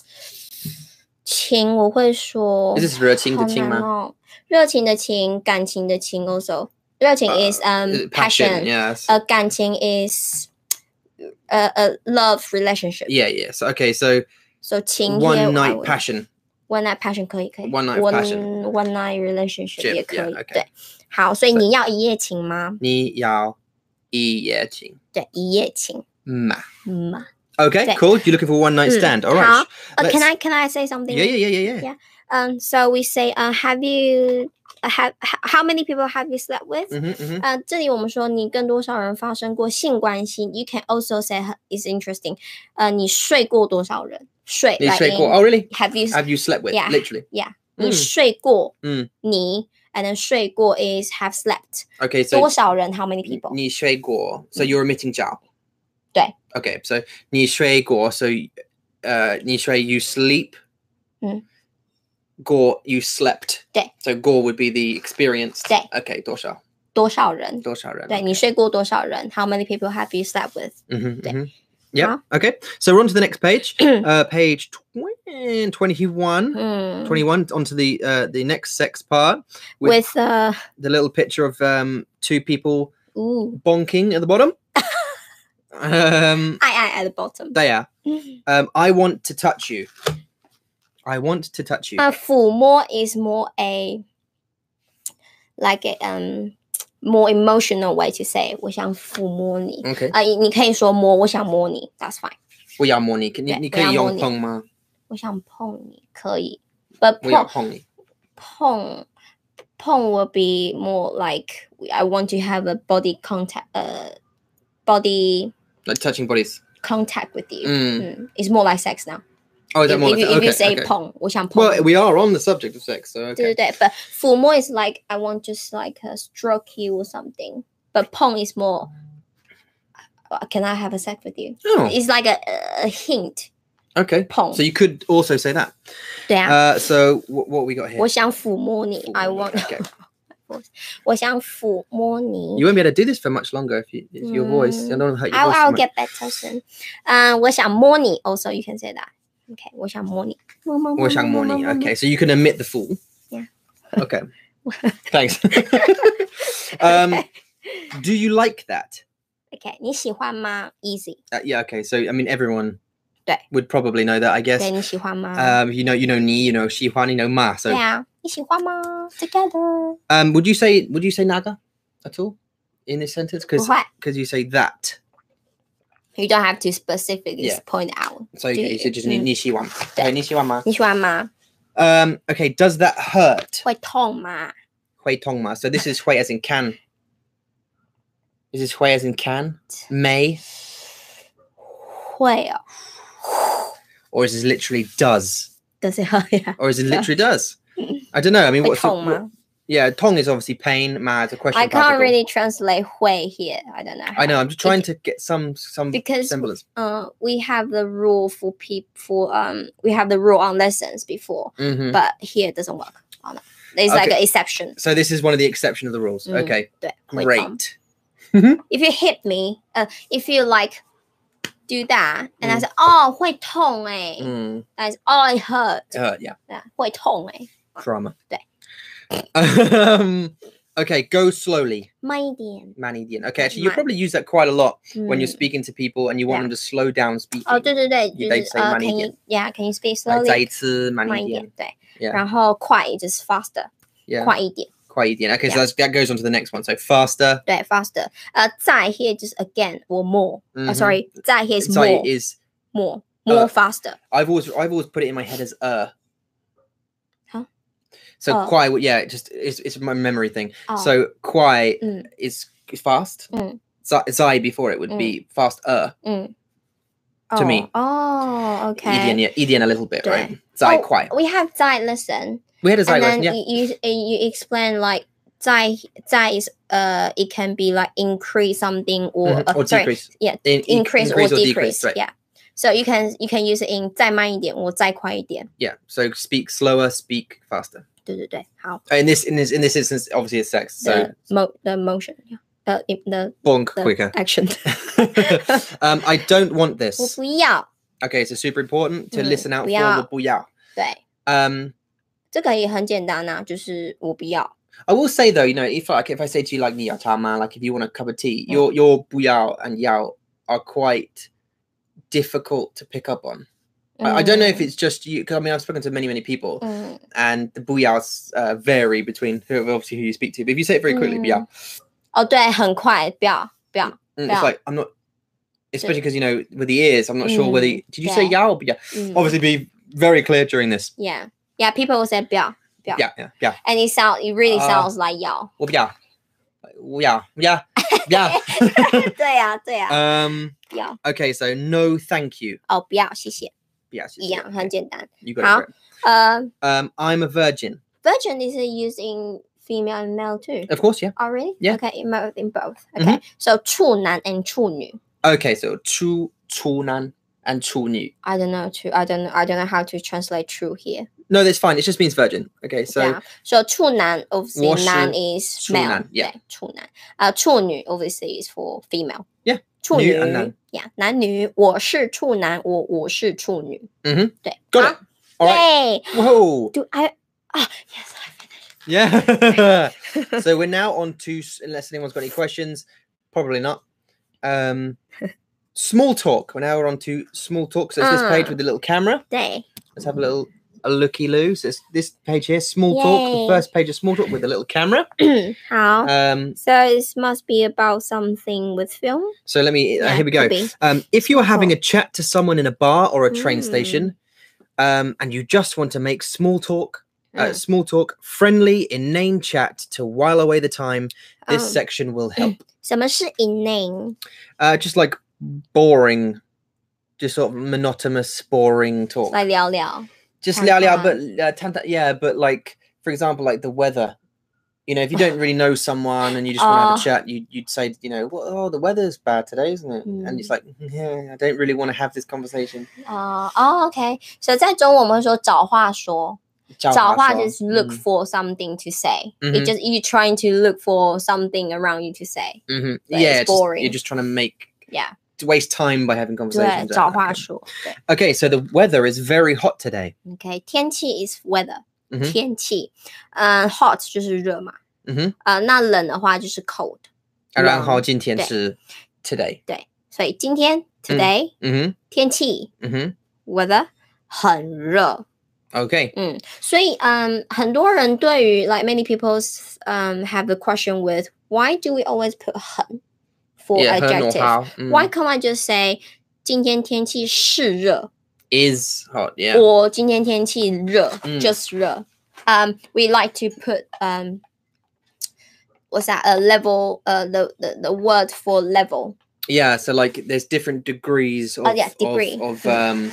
Speaker 2: 情我会说
Speaker 1: Is this Ruqing
Speaker 2: 好
Speaker 1: to Ching
Speaker 2: 难
Speaker 1: man?
Speaker 2: 哦，热情的情，感情的情 also，热情
Speaker 1: 呃
Speaker 2: is um
Speaker 1: Is it
Speaker 2: passion，
Speaker 1: Uh,
Speaker 2: Uh,
Speaker 1: Yes.
Speaker 2: 呃，感情 is 呃呃 love relationship，
Speaker 1: yeah. Yeah. So okay. So
Speaker 2: so 情 here
Speaker 1: one
Speaker 2: I
Speaker 1: night
Speaker 2: would-
Speaker 1: passion.
Speaker 2: One night passion 可以可以
Speaker 1: One night passion
Speaker 2: one night relationship
Speaker 1: Ship，
Speaker 2: 也可以
Speaker 1: yeah，OK
Speaker 2: 对，好，所以
Speaker 1: So-
Speaker 2: 你要一夜情吗？
Speaker 1: Ni yao yi ching
Speaker 2: 对，一夜情
Speaker 1: ma.
Speaker 2: 嘛。
Speaker 1: Okay.
Speaker 2: Okay.
Speaker 1: Cool. You're looking for one night
Speaker 2: Mm,
Speaker 1: stand. All
Speaker 2: huh?
Speaker 1: right.
Speaker 2: Uh, can
Speaker 1: Let's-
Speaker 2: I can I say something?
Speaker 1: Yeah. Yeah. Yeah. Yeah. Yeah.
Speaker 2: Yeah. Um, so we say, uh, have you, uh, have, h- how many people have you slept with?
Speaker 1: Mhm, mhm.
Speaker 2: 呃，这里我们说你跟多少人发生过性关系？You can also say uh, is interesting。呃，你睡过多少人？睡
Speaker 1: You
Speaker 2: like
Speaker 1: say,
Speaker 2: in-
Speaker 1: cool. Oh, really?
Speaker 2: have you？、
Speaker 1: Have you slept with?
Speaker 2: Yeah. Mm.
Speaker 1: Literally. Mm.
Speaker 2: 你
Speaker 1: 嗯
Speaker 2: 睡过？
Speaker 1: 嗯，
Speaker 2: 你 and then 睡过 is have slept。
Speaker 1: Okay.
Speaker 2: 多
Speaker 1: So
Speaker 2: 少人？How many people？
Speaker 1: ni shui guo. So
Speaker 2: Mm.
Speaker 1: you're omitting jiao.
Speaker 2: 对。
Speaker 1: Okay. So ni shui guo. So uh, 你说 you sleep.
Speaker 2: 嗯。
Speaker 1: Gore, you slept.
Speaker 2: 对。
Speaker 1: So gore would be the experience.
Speaker 2: 对。
Speaker 1: Okay, 多少,
Speaker 2: 多少人？
Speaker 1: 多少人,
Speaker 2: 对你睡过多少人？How many people have you slept with？
Speaker 1: Mhm,
Speaker 2: There.
Speaker 1: mhm. Yeah.
Speaker 2: Huh?
Speaker 1: Okay. So we're on to the next page. uh, page 20, 21.
Speaker 2: 嗯
Speaker 1: 21 onto the uh, the next sex part. with-
Speaker 2: ，with uh
Speaker 1: The little picture of um, two people
Speaker 2: ooh
Speaker 1: bonking at the bottom. um,
Speaker 2: I I at the bottom
Speaker 1: they are. Um, I want to touch you. I want to touch you.
Speaker 2: 啊，抚摸 is more a like a um more emotional way to say 我想抚摸你
Speaker 1: Okay.
Speaker 2: 啊，你你可以说摸，我想摸你，that's fine，对，我要摸你。我想碰你可以，but
Speaker 1: 我
Speaker 2: 碰
Speaker 1: 要摸你，你你可以用碰吗？我要碰你。嗯哼，
Speaker 2: 碰碰 will be more like I want to have a body contact 呃 body
Speaker 1: Like touching bodies.
Speaker 2: contact with you，
Speaker 1: Mm.
Speaker 2: 嗯，it's more like sex now。
Speaker 1: Oh, is that
Speaker 2: if,
Speaker 1: more?
Speaker 2: if, you,
Speaker 1: like-
Speaker 2: if you
Speaker 1: okay,
Speaker 2: say
Speaker 1: okay.
Speaker 2: 碰，我想碰
Speaker 1: Well,
Speaker 2: 你。
Speaker 1: we are on the subject of sex, so okay.
Speaker 2: 对对对，but 抚摸 is like I want just like a stroke you or something. But 碰 is more. uh, Can I have a sex with you?
Speaker 1: Oh,
Speaker 2: It's like a, a hint.
Speaker 1: okay.
Speaker 2: 碰
Speaker 1: So you could also say that.
Speaker 2: 对啊，
Speaker 1: Uh, so what, what we got here?
Speaker 2: 我想抚摸你。
Speaker 1: Ooh,
Speaker 2: I want
Speaker 1: Okay.
Speaker 2: 我想抚摸你。
Speaker 1: You won't be able to do this for much longer if you if your voice. I
Speaker 2: Mm.
Speaker 1: don't want to hurt your
Speaker 2: I'll
Speaker 1: voice.
Speaker 2: I'll
Speaker 1: too much.
Speaker 2: get better soon. 嗯、我想摸你。Also, you can say that. Okay，我想摸你。摸摸摸
Speaker 1: Washang
Speaker 2: 摸
Speaker 1: morning.
Speaker 2: 摸摸
Speaker 1: Okay, so you can omit the fool.
Speaker 2: mm, Yeah.
Speaker 1: Okay. Thanks. um,
Speaker 2: Okay.
Speaker 1: do you like that?
Speaker 2: Okay，你喜欢吗？Easy。
Speaker 1: Uh, yeah. Okay. So I mean, everyone
Speaker 2: Yeah.
Speaker 1: would probably know that, I guess.
Speaker 2: 对，你喜欢吗？
Speaker 1: Um, you know, you know, ni, you know, shi huan, you know, ma.
Speaker 2: 对
Speaker 1: So,
Speaker 2: 啊，你喜欢吗？Together，
Speaker 1: um, would you say would you say naga at all in this sentence?
Speaker 2: 不
Speaker 1: Because
Speaker 2: 会
Speaker 1: you say that.
Speaker 2: ，you don't have to specifically
Speaker 1: Yeah.
Speaker 2: point out。
Speaker 1: So you,
Speaker 2: Do
Speaker 1: you
Speaker 2: you-
Speaker 1: said just ni
Speaker 2: mm.
Speaker 1: ni shi wan. Okay, ni shi wan ma.
Speaker 2: 你喜欢吗？
Speaker 1: Um, okay. Does that hurt?
Speaker 2: 会痛吗？
Speaker 1: Hui tong ma. So this is hui as in can. Is this hui as in can? May.
Speaker 2: 会哦
Speaker 1: or is it literally does,
Speaker 2: ，Does it hurt 呀？
Speaker 1: or is it
Speaker 2: Yeah.
Speaker 1: literally does? I don't know. I mean,
Speaker 2: 会
Speaker 1: what's the, what,
Speaker 2: 痛吗
Speaker 1: yeah, tong is obviously pain. Ma is a question.
Speaker 2: ？I
Speaker 1: particle.
Speaker 2: can't really translate 会 here. I don't know.
Speaker 1: I know. I'm just trying
Speaker 2: It-
Speaker 1: to get some some
Speaker 2: because
Speaker 1: semblance.
Speaker 2: uh we have the rule for people for um we have the rule on lessons before,
Speaker 1: Mhm.
Speaker 2: but here it doesn't work. Oh, no. It's like
Speaker 1: Okay.
Speaker 2: an exception.
Speaker 1: So this is one of the exception of the rules.
Speaker 2: Mm.
Speaker 1: Okay,
Speaker 2: 对，会痛。
Speaker 1: great.
Speaker 2: if you hit me, uh, if you like do that, and I say, oh, 会痛哎、欸
Speaker 1: Mm.
Speaker 2: that's all it hurt，
Speaker 1: Uh, yeah,
Speaker 2: 啊会痛哎、欸，
Speaker 1: drama.
Speaker 2: Yeah.
Speaker 1: um, okay, go slowly,
Speaker 2: 慢一点。
Speaker 1: Manidian. Okay, actually, you
Speaker 2: Man-
Speaker 1: probably use that quite a lot when you're
Speaker 2: 嗯
Speaker 1: speaking to people and you want
Speaker 2: Mm. Yeah.
Speaker 1: them to slow down speaking.
Speaker 2: 哦，对对对，
Speaker 1: You
Speaker 2: 就
Speaker 1: they
Speaker 2: 是
Speaker 1: say
Speaker 2: 呃
Speaker 1: 慢一
Speaker 2: ，can
Speaker 1: 点
Speaker 2: you yeah can you speak
Speaker 1: 来
Speaker 2: slowly 慢一
Speaker 1: 再一次，慢一点。
Speaker 2: 点，对
Speaker 1: Yeah
Speaker 2: 然后快也就是 faster
Speaker 1: Yeah,
Speaker 2: 快一点，
Speaker 1: 快一点. Okay,
Speaker 2: Yeah.
Speaker 1: so that's, that goes on to the next one. So faster.
Speaker 2: 对 faster，呃，再 here 就是 again or more，呃
Speaker 1: 嗯哼
Speaker 2: Oh, ，sorry，再 here is
Speaker 1: So it
Speaker 2: more
Speaker 1: Mm-hmm. is
Speaker 2: more
Speaker 1: 呃
Speaker 2: more faster，
Speaker 1: I've always I've always put it in my head as uh.
Speaker 2: Huh?
Speaker 1: So
Speaker 2: Uh.
Speaker 1: quai, yeah, it just it's, it's my memory thing.
Speaker 2: 哦
Speaker 1: So quai
Speaker 2: Oh. Mm.
Speaker 1: is is fast.
Speaker 2: Mm.
Speaker 1: Zai- Zai before it would
Speaker 2: Mm.
Speaker 1: be fast uh.
Speaker 2: 嗯
Speaker 1: to me Idian,
Speaker 2: 哦，OK，
Speaker 1: yeah, idian a little bit,
Speaker 2: Yeah.
Speaker 1: right? Zai
Speaker 2: Oh,
Speaker 1: quai.
Speaker 2: we have 再 listen。
Speaker 1: We had a zai
Speaker 2: and then
Speaker 1: lesson, yeah.
Speaker 2: you, you you explain like 在在 is uh it can be like increase something or
Speaker 1: Mhm,
Speaker 2: uh,
Speaker 1: or
Speaker 2: sorry,
Speaker 1: decrease.
Speaker 2: yeah,
Speaker 1: In- in-
Speaker 2: increase, or decrease,
Speaker 1: right?
Speaker 2: yeah so you can you can use it in 再慢一点 or 再快一点
Speaker 1: Yeah. So speak slower, speak faster.
Speaker 2: 对对对好
Speaker 1: In this in this in this instance, obviously it's sex. So
Speaker 2: the mo the motion yeah the in- the
Speaker 1: bonk
Speaker 2: the
Speaker 1: quicker.
Speaker 2: action
Speaker 1: um, I don't want
Speaker 2: 我
Speaker 1: this.
Speaker 2: 不要
Speaker 1: Okay, so super important to
Speaker 2: Mm,
Speaker 1: listen out for.
Speaker 2: 不要。
Speaker 1: 我不要.
Speaker 2: 对
Speaker 1: Um,
Speaker 2: 这个也很简单呐、就是我不要
Speaker 1: I will say though, you know, if like if I say to you like niyatama, like if you want a cup of tea,
Speaker 2: Mm.
Speaker 1: your your buyao and yao are quite difficult to pick up on. I, I don't know if it's just you. 'cause I mean, I've spoken to many many people,
Speaker 2: 嗯
Speaker 1: and the buyaos uh, vary between who obviously who you speak to. But if you say it very quickly,
Speaker 2: Mm.
Speaker 1: buyao,
Speaker 2: 哦对很快不要不要
Speaker 1: mm,
Speaker 2: Yeah.
Speaker 1: it's like I'm not. Especially because you know with the ears, I'm not sure whether
Speaker 2: Mm,
Speaker 1: did you say
Speaker 2: yeah. Mm.
Speaker 1: yao or buyao.
Speaker 2: 嗯
Speaker 1: Obviously, be very clear during this.
Speaker 2: yeah yeah people will say 不要 Yeah.
Speaker 1: Yeah, yeah, yeah.
Speaker 2: and it sound it really
Speaker 1: 啊
Speaker 2: sounds like 要
Speaker 1: 我不要，我要，我要，yeah.
Speaker 2: 对呀、对呀、
Speaker 1: Um.
Speaker 2: 不要
Speaker 1: Okay. So no, thank you.
Speaker 2: 哦，不要，谢谢，
Speaker 1: Yeah.
Speaker 2: 一样很简单。
Speaker 1: You got it.
Speaker 2: 呃、
Speaker 1: Brett. Um. I'm a virgin.
Speaker 2: v i r g i n is used in female and male too.
Speaker 1: Of course. Yeah.
Speaker 2: Oh, really?
Speaker 1: Yeah. Mm-hmm.
Speaker 2: Okay, in both. In both. Okay.
Speaker 1: Mhm.
Speaker 2: So 处男 and 处女。
Speaker 1: Okay. So 处处男 and 处女.
Speaker 2: I don't know to I don't know I don't know how to translate true here.
Speaker 1: No, that's fine. It just means virgin. Okay, so
Speaker 2: yeah. So 处男 obviously
Speaker 1: 我是
Speaker 2: nan is male.
Speaker 1: 处男, yeah.
Speaker 2: 对，处男. Uh 处女 obviously is for female.
Speaker 1: Yeah,
Speaker 2: 处女,
Speaker 1: 女 and 男。
Speaker 2: Yeah, 男女，我是处男，我我是处女。
Speaker 1: Mhm.
Speaker 2: 对。
Speaker 1: got
Speaker 2: 好
Speaker 1: it. All right.
Speaker 2: Yay!
Speaker 1: Whoa.
Speaker 2: Do I? Ah, yes, I finished.
Speaker 1: Yeah. so we're now on to s- unless anyone's got any questions, probably not. Um, small talk. We're now on to small talk. So it's this page
Speaker 2: Ah.
Speaker 1: with the little camera.
Speaker 2: 对
Speaker 1: Let's have a little a looky loo. So it's this page here, small talk.
Speaker 2: Yay. Oh.
Speaker 1: The first page of small talk with the little camera.
Speaker 2: 好。
Speaker 1: Um,
Speaker 2: so it must be about something with film.
Speaker 1: so let me. uh,
Speaker 2: Yeah,
Speaker 1: here we go.
Speaker 2: could be.
Speaker 1: Um, if you are having a chat to someone in a bar or a train
Speaker 2: Mm.
Speaker 1: station, um, and you just want to make small talk, uh,
Speaker 2: Mm.
Speaker 1: small talk, friendly, inane chat to while away the time, this
Speaker 2: Um,
Speaker 1: section will help.
Speaker 2: 什么是 inane？
Speaker 1: Uh, just like boring, just sort of monotonous, boring talk.
Speaker 2: 来聊聊。
Speaker 1: just liao liao, but
Speaker 2: tantalized.
Speaker 1: uh, tanta- yeah, but like for example, like the weather. You know, if you don't really know someone and you just want to have
Speaker 2: Oh.
Speaker 1: a chat, you, you'd say, you know, well, oh, the weather's bad today, isn't it? And
Speaker 2: Mm.
Speaker 1: it's like, "Mm, yeah, I don't really want to have this conversation.
Speaker 2: 啊、哦、，OK，所以在中文我们会说找话说，找话就是 look
Speaker 1: 嗯 Mm-hmm.
Speaker 2: for something to say，it、
Speaker 1: Mhm.
Speaker 2: just you trying to look for something around you to say，
Speaker 1: hmm
Speaker 2: but
Speaker 1: Yeah,
Speaker 2: it's
Speaker 1: it's just-
Speaker 2: boring.
Speaker 1: you're just trying to make
Speaker 2: Yeah.
Speaker 1: to waste time by having
Speaker 2: 对，
Speaker 1: conversations. like
Speaker 2: 找
Speaker 1: that.
Speaker 2: 话说，
Speaker 1: Okay, so the weather is very hot today.
Speaker 2: 对，OK，天气 is weather，、
Speaker 1: 嗯哼
Speaker 2: 天气，嗯、h o t 就是热嘛，
Speaker 1: 嗯哼，
Speaker 2: 呃，那冷的话就是 cold，
Speaker 1: 然
Speaker 2: 冷
Speaker 1: 后今天
Speaker 2: 对
Speaker 1: 是 today. Mm-hmm,
Speaker 2: 所以今天 today、
Speaker 1: 嗯
Speaker 2: 天气
Speaker 1: 哼，嗯哼。
Speaker 2: weather 很热，
Speaker 1: Okay.
Speaker 2: 嗯，所以嗯，很多人对于 like many people um have the question with why do we always put 很 for
Speaker 1: yeah, mm, 很好
Speaker 2: adjective?
Speaker 1: 嗯
Speaker 2: Why can't I just say 今天天气是热
Speaker 1: is hot. Yeah.
Speaker 2: or 今天天气热
Speaker 1: 嗯
Speaker 2: just 热 Um, we like to put um what's that a level uh the the, the word for level
Speaker 1: Yeah, so like there's different degrees of,
Speaker 2: Oh, yeah,
Speaker 1: of-
Speaker 2: degree.
Speaker 1: of,
Speaker 2: Mm.
Speaker 1: um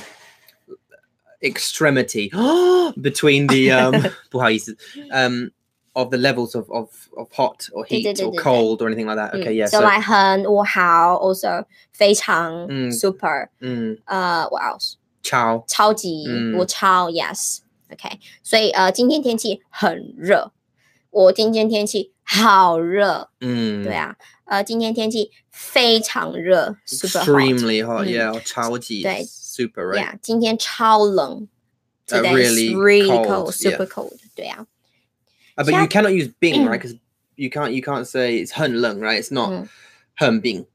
Speaker 1: extremity between the um 不好意思, um of the levels of of, of hot or
Speaker 2: 对对
Speaker 1: heat
Speaker 2: 对
Speaker 1: or
Speaker 2: 对对
Speaker 1: cold or anything like that.
Speaker 2: 嗯
Speaker 1: Okay, yeah.
Speaker 2: Hmm. so,
Speaker 1: So,
Speaker 2: like 很 or how also 非常
Speaker 1: 嗯
Speaker 2: super
Speaker 1: mm,
Speaker 2: uh what else
Speaker 1: ciao.
Speaker 2: 超级，
Speaker 1: 嗯
Speaker 2: 我超 yes。OK，所以呃，今天天气很热，我今天天气好热，
Speaker 1: Mm,
Speaker 2: 对啊，呃，今天天气非常热，super hot。
Speaker 1: extremely hot.
Speaker 2: Mm.
Speaker 1: Yeah, or ciao
Speaker 2: 对
Speaker 1: super, right?
Speaker 2: Yeah，今天超冷
Speaker 1: Uh,
Speaker 2: ，today is
Speaker 1: really
Speaker 2: really
Speaker 1: cold,
Speaker 2: cold,
Speaker 1: yeah.
Speaker 2: super cold。对啊，
Speaker 1: Uh, but
Speaker 2: Yeah.
Speaker 1: you cannot use bing,
Speaker 2: Hmm.
Speaker 1: right? Because you can't you can't say it's hen leng, right? It's not
Speaker 2: Mm.
Speaker 1: hen bing.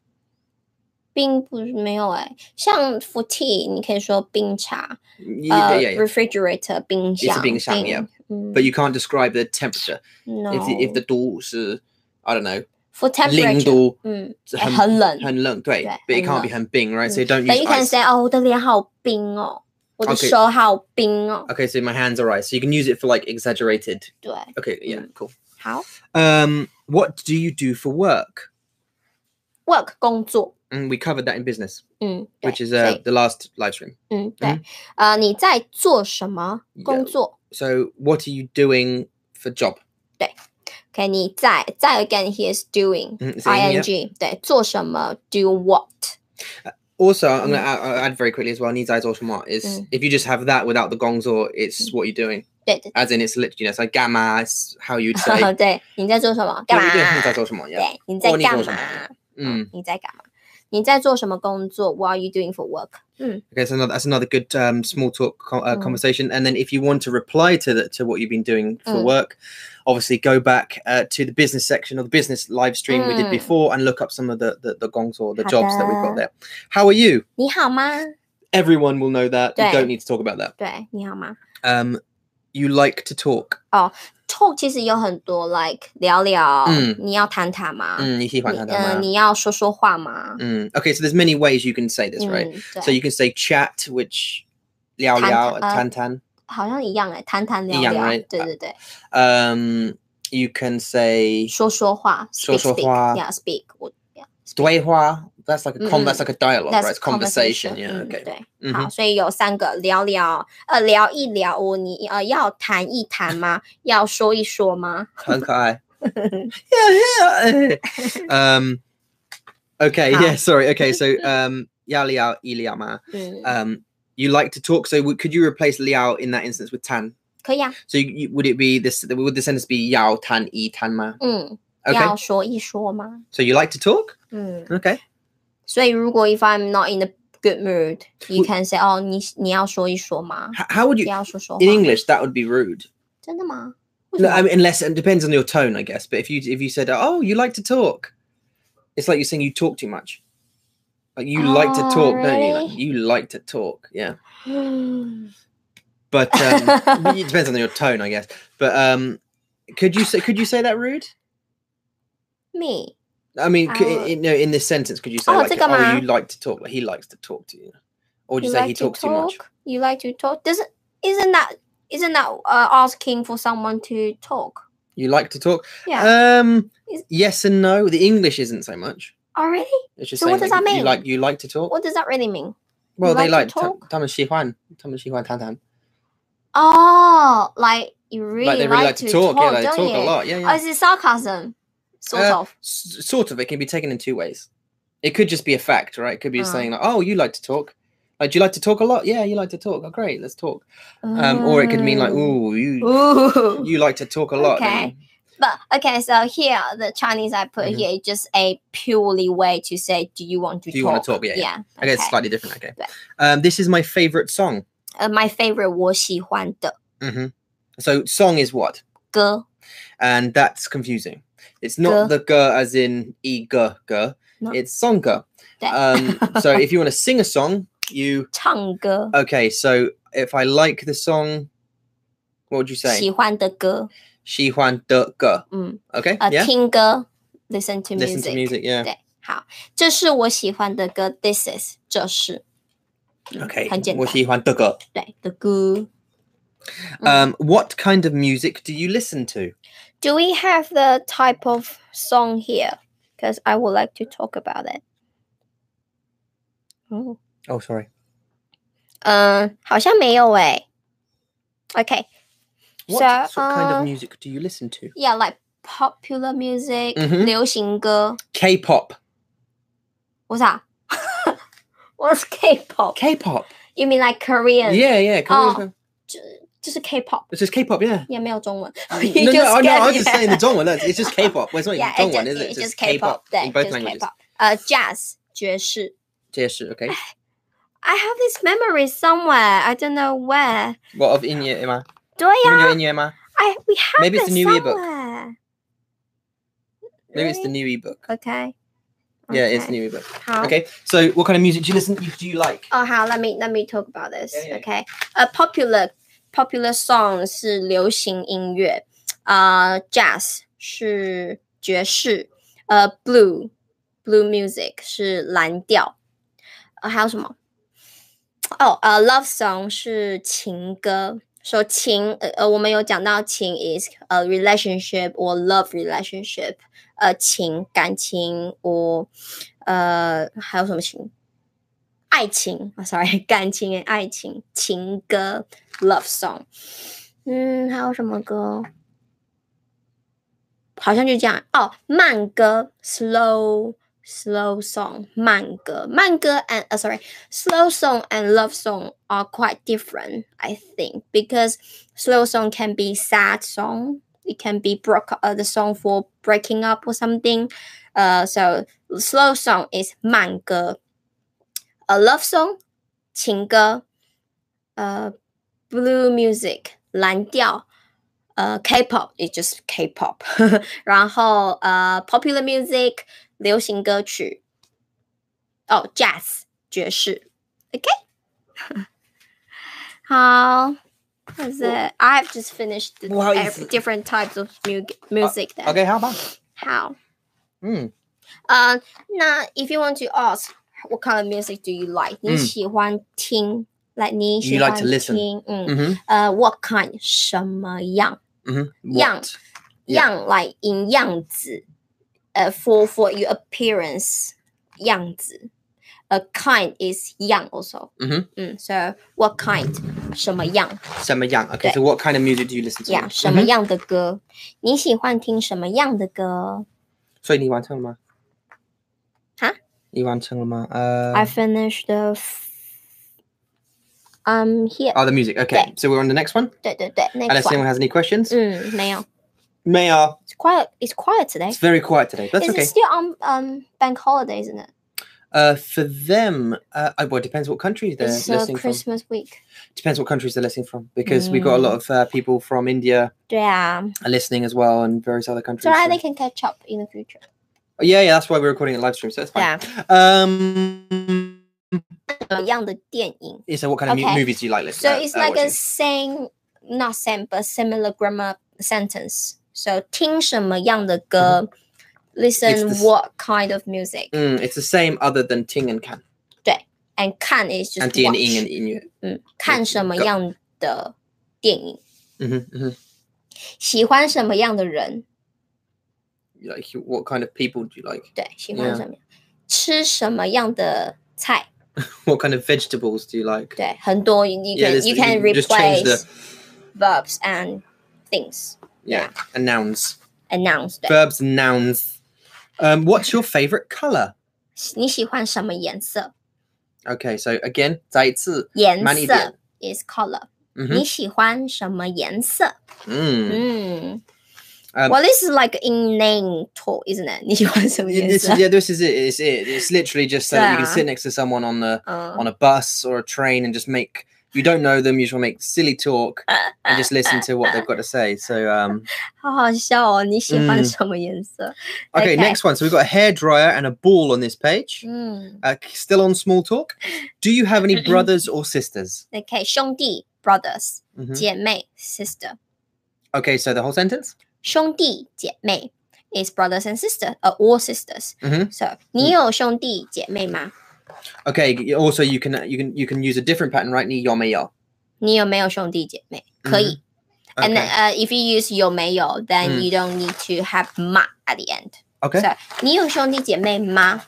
Speaker 2: 冰不是没有哎，像 for tea 你可以说冰茶，
Speaker 1: Yeah,
Speaker 2: 呃
Speaker 1: yeah, yeah.
Speaker 2: ，refrigerator 冰
Speaker 1: 是
Speaker 2: 箱，
Speaker 1: 冰箱，yeah
Speaker 2: 嗯
Speaker 1: But you can't describe the temperature.
Speaker 2: no
Speaker 1: if the, if the 读是 I don't know
Speaker 2: for temperature，
Speaker 1: 零度
Speaker 2: 嗯，很冷，
Speaker 1: 很冷对
Speaker 2: 对，
Speaker 1: but it can't be
Speaker 2: 很冷。
Speaker 1: 很冰 right so you don't
Speaker 2: But
Speaker 1: use
Speaker 2: you can
Speaker 1: ice.
Speaker 2: say, 哦，我的脸好冰哦，我的
Speaker 1: Okay.
Speaker 2: 手好冰哦。
Speaker 1: okay so my hands are ice so you can use it for like exaggerated
Speaker 2: 对，
Speaker 1: okay yeah
Speaker 2: Mm.
Speaker 1: cool
Speaker 2: 好
Speaker 1: um what do you do for work
Speaker 2: ，work 工作，
Speaker 1: and we covered that in business
Speaker 2: 嗯，对
Speaker 1: which is
Speaker 2: 所
Speaker 1: uh
Speaker 2: 以
Speaker 1: the last live stream
Speaker 2: 嗯，对
Speaker 1: 嗯，
Speaker 2: 呃，你在做什么工
Speaker 1: 有
Speaker 2: 作
Speaker 1: so what are you doing for job
Speaker 2: ？OK，你在再 again he is doing
Speaker 1: 嗯，same here
Speaker 2: ing，对，做什么？Do what？
Speaker 1: also I'm gonna
Speaker 2: Mm.
Speaker 1: add, I'll add very quickly as well needs eyes or what is
Speaker 2: Mm.
Speaker 1: if you just have that without the gongs or it's what you're doing
Speaker 2: 对对
Speaker 1: as in it's literally you know it's like gamma it's how you'd say
Speaker 2: 对，对，你在做什么？干
Speaker 1: what are you
Speaker 2: 嘛
Speaker 1: doing 你在做什么 yeah
Speaker 2: 对，你在
Speaker 1: 哦你
Speaker 2: 干
Speaker 1: 做什么
Speaker 2: 嘛？
Speaker 1: Mm.
Speaker 2: 你在干嘛？你在做什么工作？What are you doing for work？
Speaker 1: Okay, so another, that's another good um, small talk co- uh,
Speaker 2: Mm.
Speaker 1: conversation. And then if you want to reply to the, to what you've been doing for
Speaker 2: Mm.
Speaker 1: work, obviously go back uh, to the business section or the business live stream we did
Speaker 2: Mm.
Speaker 1: before and look up some of the, the, the gongs or the
Speaker 2: How
Speaker 1: jobs that we've
Speaker 2: the-
Speaker 1: got there. How are you?
Speaker 2: 你好吗？
Speaker 1: Everyone will know that. You
Speaker 2: Yeah.
Speaker 1: don't need to talk about that.
Speaker 2: 对，你好吗？
Speaker 1: Um, you like to talk.
Speaker 2: talk 其实有很多，like 聊聊，
Speaker 1: 嗯
Speaker 2: 你要谈谈吗？
Speaker 1: Mm,
Speaker 2: 你呃，你要说说话吗？
Speaker 1: mm. Okay, so there's many ways you can say this,
Speaker 2: 嗯，
Speaker 1: right?
Speaker 2: 对
Speaker 1: So you can say chat, which liao liao,
Speaker 2: Mm, Tan- uh,
Speaker 1: tan tan.
Speaker 2: 好像一样哎，谈谈聊
Speaker 1: 一样
Speaker 2: 聊，
Speaker 1: right？
Speaker 2: 对
Speaker 1: 啊
Speaker 2: 对对，
Speaker 1: Um, you can say
Speaker 2: 说说话，
Speaker 1: 说
Speaker 2: speak
Speaker 1: 说话
Speaker 2: speak，yeah speak，我 yeah，
Speaker 1: 对话. That's like a con-
Speaker 2: Mm-mm.
Speaker 1: Mm-hmm. that's like a dialogue,
Speaker 2: that's
Speaker 1: right? It's conversation. Yeah.
Speaker 2: conversation，嗯
Speaker 1: Okay.
Speaker 2: 对，
Speaker 1: Mhm.
Speaker 2: 好，所以有三个聊聊，呃，聊一聊，我你呃要谈一谈吗？要说一说吗？
Speaker 1: 很可爱. yeah, yeah. um. Mm-hmm. Okay.
Speaker 2: Ah.
Speaker 1: Yeah. Sorry. Okay. So um. yao liao yi liao ma.
Speaker 2: 嗯，
Speaker 1: Um, you like to talk, so w- could you replace liao in that instance with tan?
Speaker 2: 可以啊，
Speaker 1: So you, you, would it be this? Would the sentence be yao tan yi tan ma?
Speaker 2: 嗯，
Speaker 1: Okay.
Speaker 2: 要说一说吗？
Speaker 1: So you like to talk?
Speaker 2: 嗯，
Speaker 1: Okay.
Speaker 2: 所以如果 if I'm not in a good mood, you
Speaker 1: 我
Speaker 2: can say 哦，你你要说一说吗？
Speaker 1: H- how would
Speaker 2: 你
Speaker 1: you
Speaker 2: 要说说话
Speaker 1: in？English? That would be rude.
Speaker 2: 真的吗？为什
Speaker 1: No, I
Speaker 2: 么？
Speaker 1: mean, unless it depends on your tone, I guess. But if you if you said, "Oh, you like to talk," it's like you're saying you talk too much. Like you like to
Speaker 2: Oh,
Speaker 1: talk, don't you? Like,
Speaker 2: really?
Speaker 1: you like to talk, yeah.
Speaker 2: 嗯
Speaker 1: But um, it depends on your tone, I guess. But um, could you say could you say that rude?
Speaker 2: ，me
Speaker 1: I mean, could,
Speaker 2: Uh,
Speaker 1: in, in, no, in this sentence, could you say
Speaker 2: Oh,
Speaker 1: like,
Speaker 2: take a
Speaker 1: "Oh, you
Speaker 2: man.
Speaker 1: like to talk"? Like he likes to talk to you, or would you,
Speaker 2: you
Speaker 1: say
Speaker 2: like
Speaker 1: he
Speaker 2: to
Speaker 1: talks too much?
Speaker 2: talk? You like to talk? Doesn't isn't that isn't that uh, asking for someone to talk?
Speaker 1: You like to talk?
Speaker 2: Yeah.
Speaker 1: Um,
Speaker 2: Is-
Speaker 1: yes and no. The English isn't so much.
Speaker 2: Oh really?
Speaker 1: It's just
Speaker 2: So
Speaker 1: saying
Speaker 2: what does
Speaker 1: like,
Speaker 2: that
Speaker 1: you
Speaker 2: mean?
Speaker 1: like you like to talk.
Speaker 2: What does that really mean?
Speaker 1: Well, they
Speaker 2: like
Speaker 1: like
Speaker 2: to
Speaker 1: ta-
Speaker 2: talk?
Speaker 1: 他们喜欢他们喜欢谈谈
Speaker 2: Oh, like you really
Speaker 1: like they really like to talk. Yeah, they
Speaker 2: don't
Speaker 1: talk a
Speaker 2: you?
Speaker 1: lot. Yeah, yeah.
Speaker 2: Oh, is it sarcasm? Sort
Speaker 1: Uh,
Speaker 2: of.
Speaker 1: S- sort of. It can be taken in two ways. It could just be a fact, right? It could be just
Speaker 2: Ah.
Speaker 1: saying like, "Oh, you like to talk." Like, do you like to talk a lot? Yeah, you like to talk. Oh, great, let's talk. Um, or it could mean like, "Ooh, you
Speaker 2: Mm. Ooh.
Speaker 1: you like to talk a lot." don't
Speaker 2: Okay.
Speaker 1: you?"
Speaker 2: But okay, so here the Chinese I put
Speaker 1: Mhm.
Speaker 2: here is just a purely way to say, do you want to
Speaker 1: Do
Speaker 2: talk?
Speaker 1: you wanna talk? Yeah, yeah. I guess it's
Speaker 2: okay.
Speaker 1: slightly different. Okay.
Speaker 2: Right.
Speaker 1: Um, this is my favorite song.
Speaker 2: Uh, my favorite 我喜欢的歌
Speaker 1: hmm So, song is what? and that's confusing. It's not
Speaker 2: Ge.
Speaker 1: the ge as in e ge ge.
Speaker 2: No.
Speaker 1: It's song ge. Um, so if you want to sing a song, you
Speaker 2: 唱歌
Speaker 1: okay. So if I like the song, what would you say?
Speaker 2: 喜欢的歌
Speaker 1: Xi huan de ge.
Speaker 2: 嗯
Speaker 1: Okay.
Speaker 2: 呃
Speaker 1: yeah.
Speaker 2: 听歌 listen to
Speaker 1: Listen to music. Yeah.
Speaker 2: 对，好，这是我喜欢的歌。This is，这是。嗯
Speaker 1: Okay.
Speaker 2: 很简单。
Speaker 1: 我喜欢的歌。
Speaker 2: 对的歌。
Speaker 1: Um,
Speaker 2: 嗯
Speaker 1: what kind of music do you listen to?
Speaker 2: Do we have the type of song here? Because I would like to talk about it. 嗯，
Speaker 1: Oh, sorry.
Speaker 2: 嗯，Uh, 好像没有诶。Okay,
Speaker 1: What
Speaker 2: So,
Speaker 1: sort of kind
Speaker 2: uh,
Speaker 1: of music do you listen to?
Speaker 2: yeah, like popular music，
Speaker 1: Mhm.
Speaker 2: 流行歌。
Speaker 1: K-pop.
Speaker 2: 我啥 ？What's K-pop?
Speaker 1: K-pop.
Speaker 2: You mean like Korean？
Speaker 1: Yeah, yeah. Korean
Speaker 2: Oh.
Speaker 1: stuff.
Speaker 2: 就就是 K-pop，
Speaker 1: It's just K-pop. Yeah.
Speaker 2: 也没有中文。
Speaker 1: No, no,
Speaker 2: You just
Speaker 1: I- no, I was
Speaker 2: get
Speaker 1: just
Speaker 2: it.
Speaker 1: saying the Dongwon. No, it's just K-pop. Well, it's not even
Speaker 2: Yeah, it
Speaker 1: Dongwon,
Speaker 2: just-
Speaker 1: is it?
Speaker 2: It's just
Speaker 1: K-pop
Speaker 2: K-pop. 对
Speaker 1: in both
Speaker 2: ，just
Speaker 1: languages.
Speaker 2: K-pop. 呃，jazz 爵士。
Speaker 1: Yes, okay.
Speaker 2: I have this memory somewhere. I don't know where.
Speaker 1: What of in your Emma?
Speaker 2: 对
Speaker 1: When you're
Speaker 2: 呀
Speaker 1: in your Emma?
Speaker 2: ，I we have
Speaker 1: Maybe it's
Speaker 2: this
Speaker 1: the new ebook.
Speaker 2: somewhere.
Speaker 1: Maybe it's the
Speaker 2: Really?
Speaker 1: new ebook.
Speaker 2: Okay.
Speaker 1: Yeah, it's the
Speaker 2: Okay.
Speaker 1: new ebook.
Speaker 2: 好。
Speaker 1: Okay. So, what kind of music do you listen? Do you like?
Speaker 2: 哦，好，Let me let me talk about this.
Speaker 1: Yeah, yeah.
Speaker 2: Okay. A popular popular song 是流行音乐，啊，jazz 是爵士，呃，blue blue music 是蓝调，呃，还有什么？哦，呃，love song 是情歌。说情，呃呃，我们有讲到情 is a relationship or love relationship，呃，情感情我，呃，还有什么情？爱情啊、s o r r y 感情诶，爱情情歌 love song，嗯，还有什么歌？好像就这样哦，慢歌 slow slow song，慢歌，慢歌 and 呃、s o r r y slow song and love song are quite different, I think, because slow song can be sad song, it can be broke uh, the song for breaking up or something, uh, so slow song is 慢歌。a love song 情歌，呃，blue music 蓝调，呃，K-pop it just K-pop，然 后呃，popular music 流行歌曲，哦，jazz 爵士，OK，好。That's it. I have just finished the
Speaker 1: 不好意
Speaker 2: every-
Speaker 1: 思
Speaker 2: different types of mu- music. then.
Speaker 1: Uh, Okay, how about?
Speaker 2: 好。
Speaker 1: Mm.
Speaker 2: 呃，那 Uh, if you want to ask what kind of music do you like？、你
Speaker 1: 嗯
Speaker 2: 喜欢听，like 你
Speaker 1: You
Speaker 2: 喜
Speaker 1: like
Speaker 2: 欢
Speaker 1: to listen
Speaker 2: 听，嗯，
Speaker 1: hmm
Speaker 2: 呃、w h a t kind 什么样
Speaker 1: hmm
Speaker 2: Young.
Speaker 1: Yeah.
Speaker 2: 样，like in 样子，呃、f o r for your appearance 样子。A kind is 样 also，
Speaker 1: 嗯哼，
Speaker 2: 嗯，so what kind 什么样
Speaker 1: Summer Young. Okay. So, what kind of music do you listen to? Mm-hmm.
Speaker 2: 呀什么样的歌？你喜欢听什么样的歌？
Speaker 1: So, you want to
Speaker 2: 哈？
Speaker 1: 你完成了吗？Uh,
Speaker 2: I finished the. F- I'm here.
Speaker 1: oh, the music. Okay,
Speaker 2: Okay.
Speaker 1: so we're on the next one.
Speaker 2: 对对对
Speaker 1: Unless
Speaker 2: ，next one. Mm.
Speaker 1: anyone has any questions,
Speaker 2: 嗯，没有。
Speaker 1: Maya,
Speaker 2: It's quiet. It's quiet today.
Speaker 1: it's very quiet today. That's
Speaker 2: Is
Speaker 1: okay.
Speaker 2: it still on um bank holiday? Isn't it?
Speaker 1: Uh, for them, uh, uh, well, it depends what countries they're
Speaker 2: It's uh,
Speaker 1: listening from.
Speaker 2: Christmas week.
Speaker 1: Depends what countries they're listening from, because we've got a
Speaker 2: Mm.
Speaker 1: lot of uh, people from India
Speaker 2: 对啊，
Speaker 1: are listening as well, and various other countries.
Speaker 2: so that
Speaker 1: so-
Speaker 2: they can catch up in the future.
Speaker 1: Oh, yeah, yeah, that's why we're recording it live stream, so it's fine. Um,
Speaker 2: 一样的电影。
Speaker 1: yeah, so what kind of mu-
Speaker 2: Okay.
Speaker 1: movies do you like? uh, Listen,
Speaker 2: So it's like a same, not same, but similar grammar sentence. So 听什么样的歌
Speaker 1: Mm-hmm. It's
Speaker 2: listen
Speaker 1: the s-
Speaker 2: what kind of music,
Speaker 1: Mm, it's the same, other than ting and can,
Speaker 2: and 看 is just
Speaker 1: and ti and ing
Speaker 2: watch.
Speaker 1: and inuit.
Speaker 2: 嗯，看什么样的电影，
Speaker 1: Mm-hmm, hmm
Speaker 2: 喜欢什么样的人，
Speaker 1: Like, what kind of people do you like?
Speaker 2: 对，喜欢
Speaker 1: Yeah.
Speaker 2: 什么样，吃什么样的菜，
Speaker 1: What kind of vegetables do you like?
Speaker 2: 对，很多 you you can
Speaker 1: this-
Speaker 2: you can
Speaker 1: just change
Speaker 2: replace
Speaker 1: the
Speaker 2: verbs and things
Speaker 1: yeah, and nouns,
Speaker 2: announce
Speaker 1: verbs, and nouns. Um, what's your favorite color?
Speaker 2: 你喜欢什么颜色？
Speaker 1: Okay, so again, 再一次,
Speaker 2: 颜
Speaker 1: 慢一点。
Speaker 2: 色 is color。
Speaker 1: Mhm.
Speaker 2: 你喜欢什么颜色？
Speaker 1: Mm.
Speaker 2: 嗯
Speaker 1: Um,
Speaker 2: ，Well, this is like in name talk, isn't it？你喜欢什么
Speaker 1: Yeah,
Speaker 2: 颜
Speaker 1: This
Speaker 2: 色
Speaker 1: is,？yeah, this is it. It's it. It's literally just so that you can
Speaker 2: Yeah.
Speaker 1: sit next to someone on the
Speaker 2: 嗯
Speaker 1: on a bus or a train and just make you don't know them. You just wanna make silly talk and just listen to what they've got to say. So um,
Speaker 2: 好好笑哦！你喜欢
Speaker 1: 嗯
Speaker 2: 什么颜色？
Speaker 1: okay,
Speaker 2: Okay. Mm.
Speaker 1: next one. So we've got a hairdryer and a ball on this page.
Speaker 2: 嗯
Speaker 1: Uh, still on small talk. Do you have any brothers or sisters?
Speaker 2: ，OK，兄弟 brothers，
Speaker 1: Mhm.
Speaker 2: 姐妹 sister，
Speaker 1: Okay, so the whole sentence.
Speaker 2: 兄弟姐妹 is brothers and sisters，呃，all sisters。
Speaker 1: 嗯
Speaker 2: So，你有兄弟姐妹吗？
Speaker 1: Okay. y- Also, you can you can you can use a different pattern, right? Ni yome yo.
Speaker 2: 你有没有兄弟姐妹？可以。And then,
Speaker 1: Okay.
Speaker 2: uh, if you use 有没有, then
Speaker 1: 嗯。
Speaker 2: you don't need to have 嘛 at the end.
Speaker 1: Okay.
Speaker 2: So 你有兄弟姐妹吗？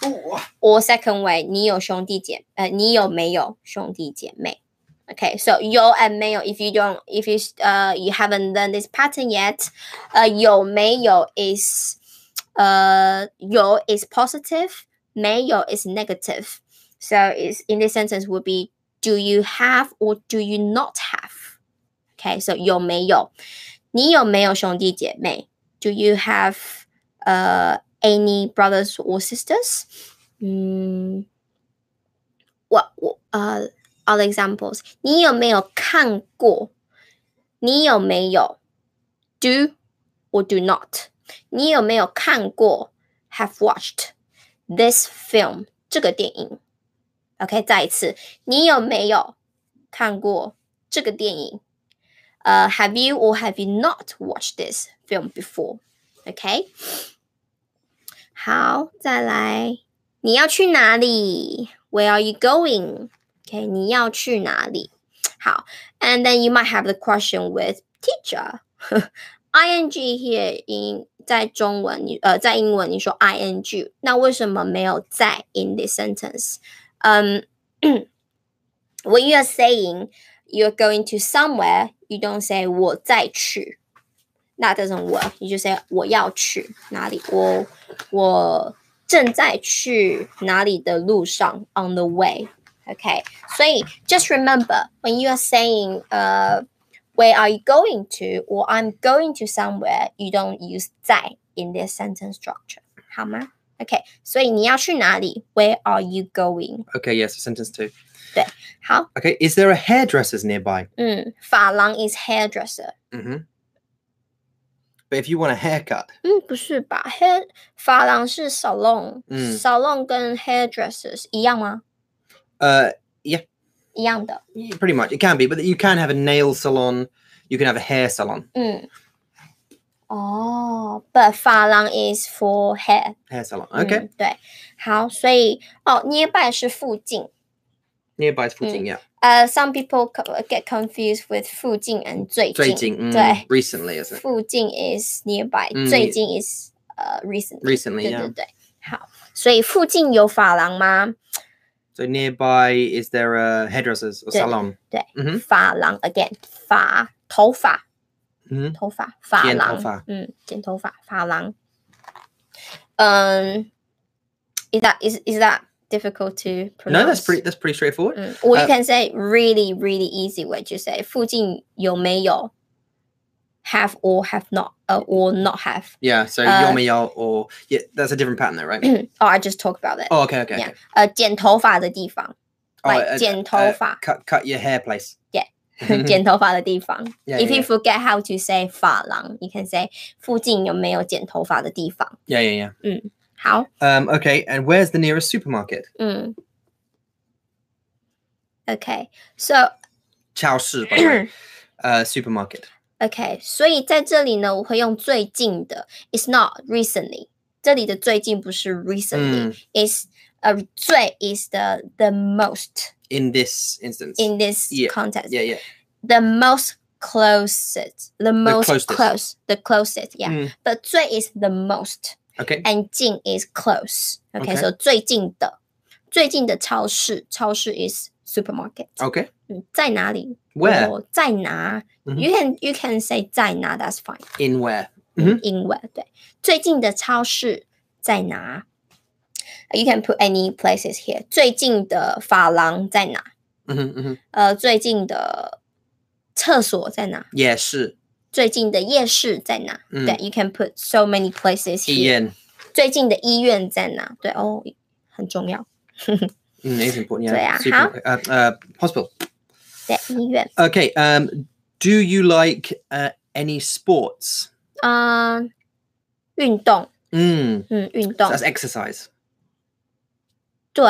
Speaker 2: Or second way, 你有兄弟姐呃你有没有兄弟姐妹 Okay, so 有 and 没有 if you don't if you uh you haven't learned this pattern yet, uh 有没有 is uh 有 is positive, 没有 is negative. So it's in this sentence would be do you have or do you not have? Okay, so 有没有？你有没有兄弟姐妹？Do you have uh any brothers or sisters? 嗯，我我呃、uh,，other examples，你有没有看过？你有没有 do or do not？你有没有看过 have watched this film 这个电影？OK，再一次，你有没有看过这个电影？呃、h a v e you or have you not watched this film before？OK，、好，再来。你要去哪里？Where are you going? Okay，你要去哪里？好，and then you might have the question with teacher. ing here in 在中文你呃在英文你说 ing，那为什么没有在 in this sentence？嗯、when you are saying you're going to somewhere, you don't say 我再去。That doesn't work. You just say 我要去哪里？我我正在去哪里的路上，on the way。Okay，所以 just remember when you are saying 呃、where are you going to or I'm going to somewhere, you don't use 在 in this sentence structure，好吗？OK，所以你要去哪里？Where are you going？
Speaker 1: Okay. Yes. sentence two.
Speaker 2: 好，
Speaker 1: Okay. Is there a hairdresser's nearby?
Speaker 2: 嗯，发廊 is hairdresser。
Speaker 1: Mm-hmm. But if you want a haircut,
Speaker 2: 嗯，不是吧？hair 发廊是 salon，salon、
Speaker 1: 嗯
Speaker 2: salon 跟 hairdressers 一样吗？
Speaker 1: uh,
Speaker 2: 一样的。
Speaker 1: yeah, pretty much it can be. But you can have a nail salon. You can have a hair salon.
Speaker 2: 嗯，哦、b u t 发廊 is for hair。
Speaker 1: Hair salon. Okay.
Speaker 2: 嗯、对，好，所以哦，nearby 是附近。
Speaker 1: Nearby is
Speaker 2: Mm.
Speaker 1: 14, yeah.
Speaker 2: 呃、s o m e people co- get confused with 附近 and 最近。
Speaker 1: Dating. Mm,
Speaker 2: 对
Speaker 1: Recently, isn't it?
Speaker 2: 附近 is nearby，、
Speaker 1: 嗯
Speaker 2: 最
Speaker 1: 你
Speaker 2: 近 is 呃、recently。
Speaker 1: Recently,
Speaker 2: 对对
Speaker 1: yeah.
Speaker 2: 对，好，所以附近有发廊吗？
Speaker 1: So nearby, is there a hairdresser's or
Speaker 2: Yeah.
Speaker 1: salon? 嗯
Speaker 2: 发廊 again 发头发
Speaker 1: Mm-hmm.
Speaker 2: 头发发
Speaker 1: 剪头
Speaker 2: 廊，
Speaker 1: 发
Speaker 2: 嗯，剪头发发廊。嗯，is that is is that difficult to pronounce.
Speaker 1: No, that's pretty. That's pretty straightforward.
Speaker 2: Mm. Or you
Speaker 1: Uh,
Speaker 2: can say really, really easy way to say 附近有没有 have or have not uh, or not have.
Speaker 1: Yeah. So
Speaker 2: Uh,
Speaker 1: yomi yo or yeah, that's a different pattern though, right?
Speaker 2: oh, I just talked about that.
Speaker 1: oh, okay, okay.
Speaker 2: Yeah.
Speaker 1: okay.
Speaker 2: Uh, 剪头发的地方,
Speaker 1: Oh,
Speaker 2: like
Speaker 1: uh,
Speaker 2: 剪头发,
Speaker 1: cut cut your hair place.
Speaker 2: Yeah. 剪头发的地方.
Speaker 1: Yeah,
Speaker 2: If
Speaker 1: yeah,
Speaker 2: you
Speaker 1: yeah.
Speaker 2: forget how to say 发廊, you can say 附近有没有剪头发的地方.
Speaker 1: yeah, yeah,
Speaker 2: How?
Speaker 1: yeah. Um, okay, and where's the nearest supermarket?
Speaker 2: Mm. Okay. So
Speaker 1: 超市, by the way. uh, supermarket.
Speaker 2: OK，所以在这里呢，我会用最近的，It's not recently。这里的最近不是
Speaker 1: Mm.
Speaker 2: recently，is、it's，呃最 is the the most
Speaker 1: In this instance.
Speaker 2: in this
Speaker 1: Yeah,
Speaker 2: context。
Speaker 1: yeah, yeah.
Speaker 2: The most closest, the most
Speaker 1: closest.
Speaker 2: close, the closest, yeah.、
Speaker 1: Mm.
Speaker 2: But 最 is the most
Speaker 1: Okay.
Speaker 2: and 近 is close. OK，,
Speaker 1: Okay.
Speaker 2: so 最近的最近的超市，超市 is supermarket。
Speaker 1: Okay.
Speaker 2: 嗯，在哪里
Speaker 1: Oh。 Where?
Speaker 2: 我在哪、
Speaker 1: Mhm.
Speaker 2: You can you can say 在哪，that's fine。
Speaker 1: In where?
Speaker 2: 嗯
Speaker 1: 嗯，
Speaker 2: 英文对。最近的超市在哪？You can put any places here。最近的发廊在哪？
Speaker 1: Mm-hmm, mm-hmm.
Speaker 2: 呃，最近的厕所在哪？
Speaker 1: Yeah, Mm. 是.
Speaker 2: 最近的夜市在哪？
Speaker 1: 嗯
Speaker 2: 对，You can put so many places here。
Speaker 1: Ian.
Speaker 2: 最近的医院在哪？对哦，很重要。
Speaker 1: Mm, it's important. Yeah.
Speaker 2: Yeah,
Speaker 1: Super, uh, uh, hospital.
Speaker 2: 对，医院。
Speaker 1: Okay. Um, do you like uh, any sports?
Speaker 2: 嗯、运动，
Speaker 1: Mm.
Speaker 2: 嗯，运
Speaker 1: So
Speaker 2: 动
Speaker 1: that's exercise.
Speaker 2: 对。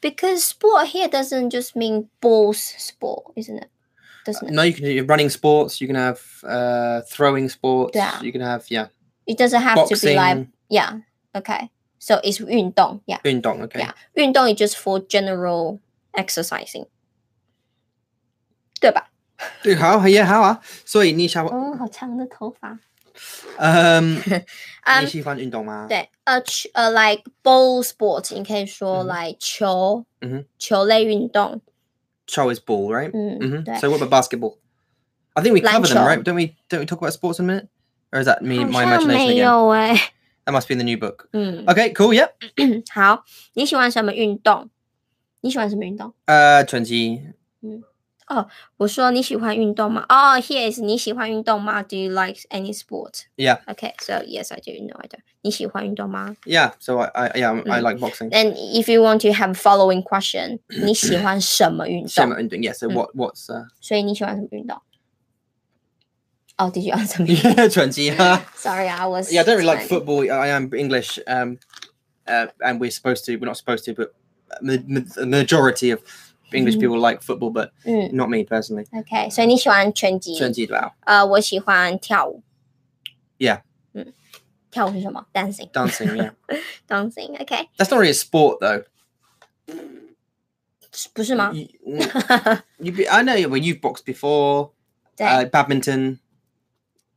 Speaker 2: Because sport here doesn't just mean balls sport, isn't it? Doesn't it?
Speaker 1: No, you can do running sports. You can have uh, throwing sports.
Speaker 2: Yeah.
Speaker 1: You can have yeah,
Speaker 2: It doesn't have to be
Speaker 1: boxing.
Speaker 2: like yeah. Okay. So it's 运动 yeah.
Speaker 1: 运动, okay.
Speaker 2: Yeah. 运动 is just for general exercising. 对吧？
Speaker 1: 对，好，yeah, 好啊。所以你喜欢，
Speaker 2: 哦，好长的头发。
Speaker 1: um,
Speaker 2: 嗯、
Speaker 1: 你喜欢运动吗？
Speaker 2: 对，呃，球呃，like ball sport，你可以说
Speaker 1: 嗯哼
Speaker 2: like 球，
Speaker 1: 嗯哼
Speaker 2: 球类运动，
Speaker 1: Show is ball, right?
Speaker 2: 嗯，
Speaker 1: hmm
Speaker 2: 对。
Speaker 1: So what about basketball? I think we cover them, right?
Speaker 2: 篮球。
Speaker 1: Don't we? Don't we talk about sports in a minute? Or is that me? My
Speaker 2: 好像
Speaker 1: imagination again?
Speaker 2: 没有哎、
Speaker 1: That must be in the new book.
Speaker 2: 嗯
Speaker 1: Okay, cool. Yep.
Speaker 2: 好，你喜欢什么运动？你喜欢什么运动？
Speaker 1: Uh, 拳击.
Speaker 2: 我说你喜欢运动吗？哦、h e r e is 你喜欢运动吗？Do you like any sport?
Speaker 1: Yeah,
Speaker 2: Okay, so yes, I do know I do. 你喜欢运动吗
Speaker 1: yeah. So I, I yeah, I'm- I like boxing.
Speaker 2: ？And if you want to have following question，你喜欢什么运动？
Speaker 1: 什么运动? Yeah. So
Speaker 2: Mm.
Speaker 1: what? What's uh?
Speaker 2: 所以你喜欢什么运动？哦、oh,，Did you answer me?
Speaker 1: Yeah, 拳击. huh?
Speaker 2: Sorry, I was.
Speaker 1: yeah, I don't really like
Speaker 2: smiling.
Speaker 1: football. I I am English. Um, uh, and we're supposed to. We're not supposed to, but ma- ma- the majority of English
Speaker 2: Mhm.
Speaker 1: people like football, but
Speaker 2: 嗯
Speaker 1: not me personally.
Speaker 2: ，OK，所以你喜欢拳击？
Speaker 1: 拳击, wow.
Speaker 2: 呃，我喜欢跳舞。
Speaker 1: Yeah.
Speaker 2: 嗯，跳舞是什么？Dancing.
Speaker 1: Dancing. Yeah.
Speaker 2: Dancing. OK，
Speaker 1: That's not really a sport though.
Speaker 2: 是不是吗？
Speaker 1: You, you be, I know you- well, you've boxed before.
Speaker 2: 对。
Speaker 1: Uh, badminton.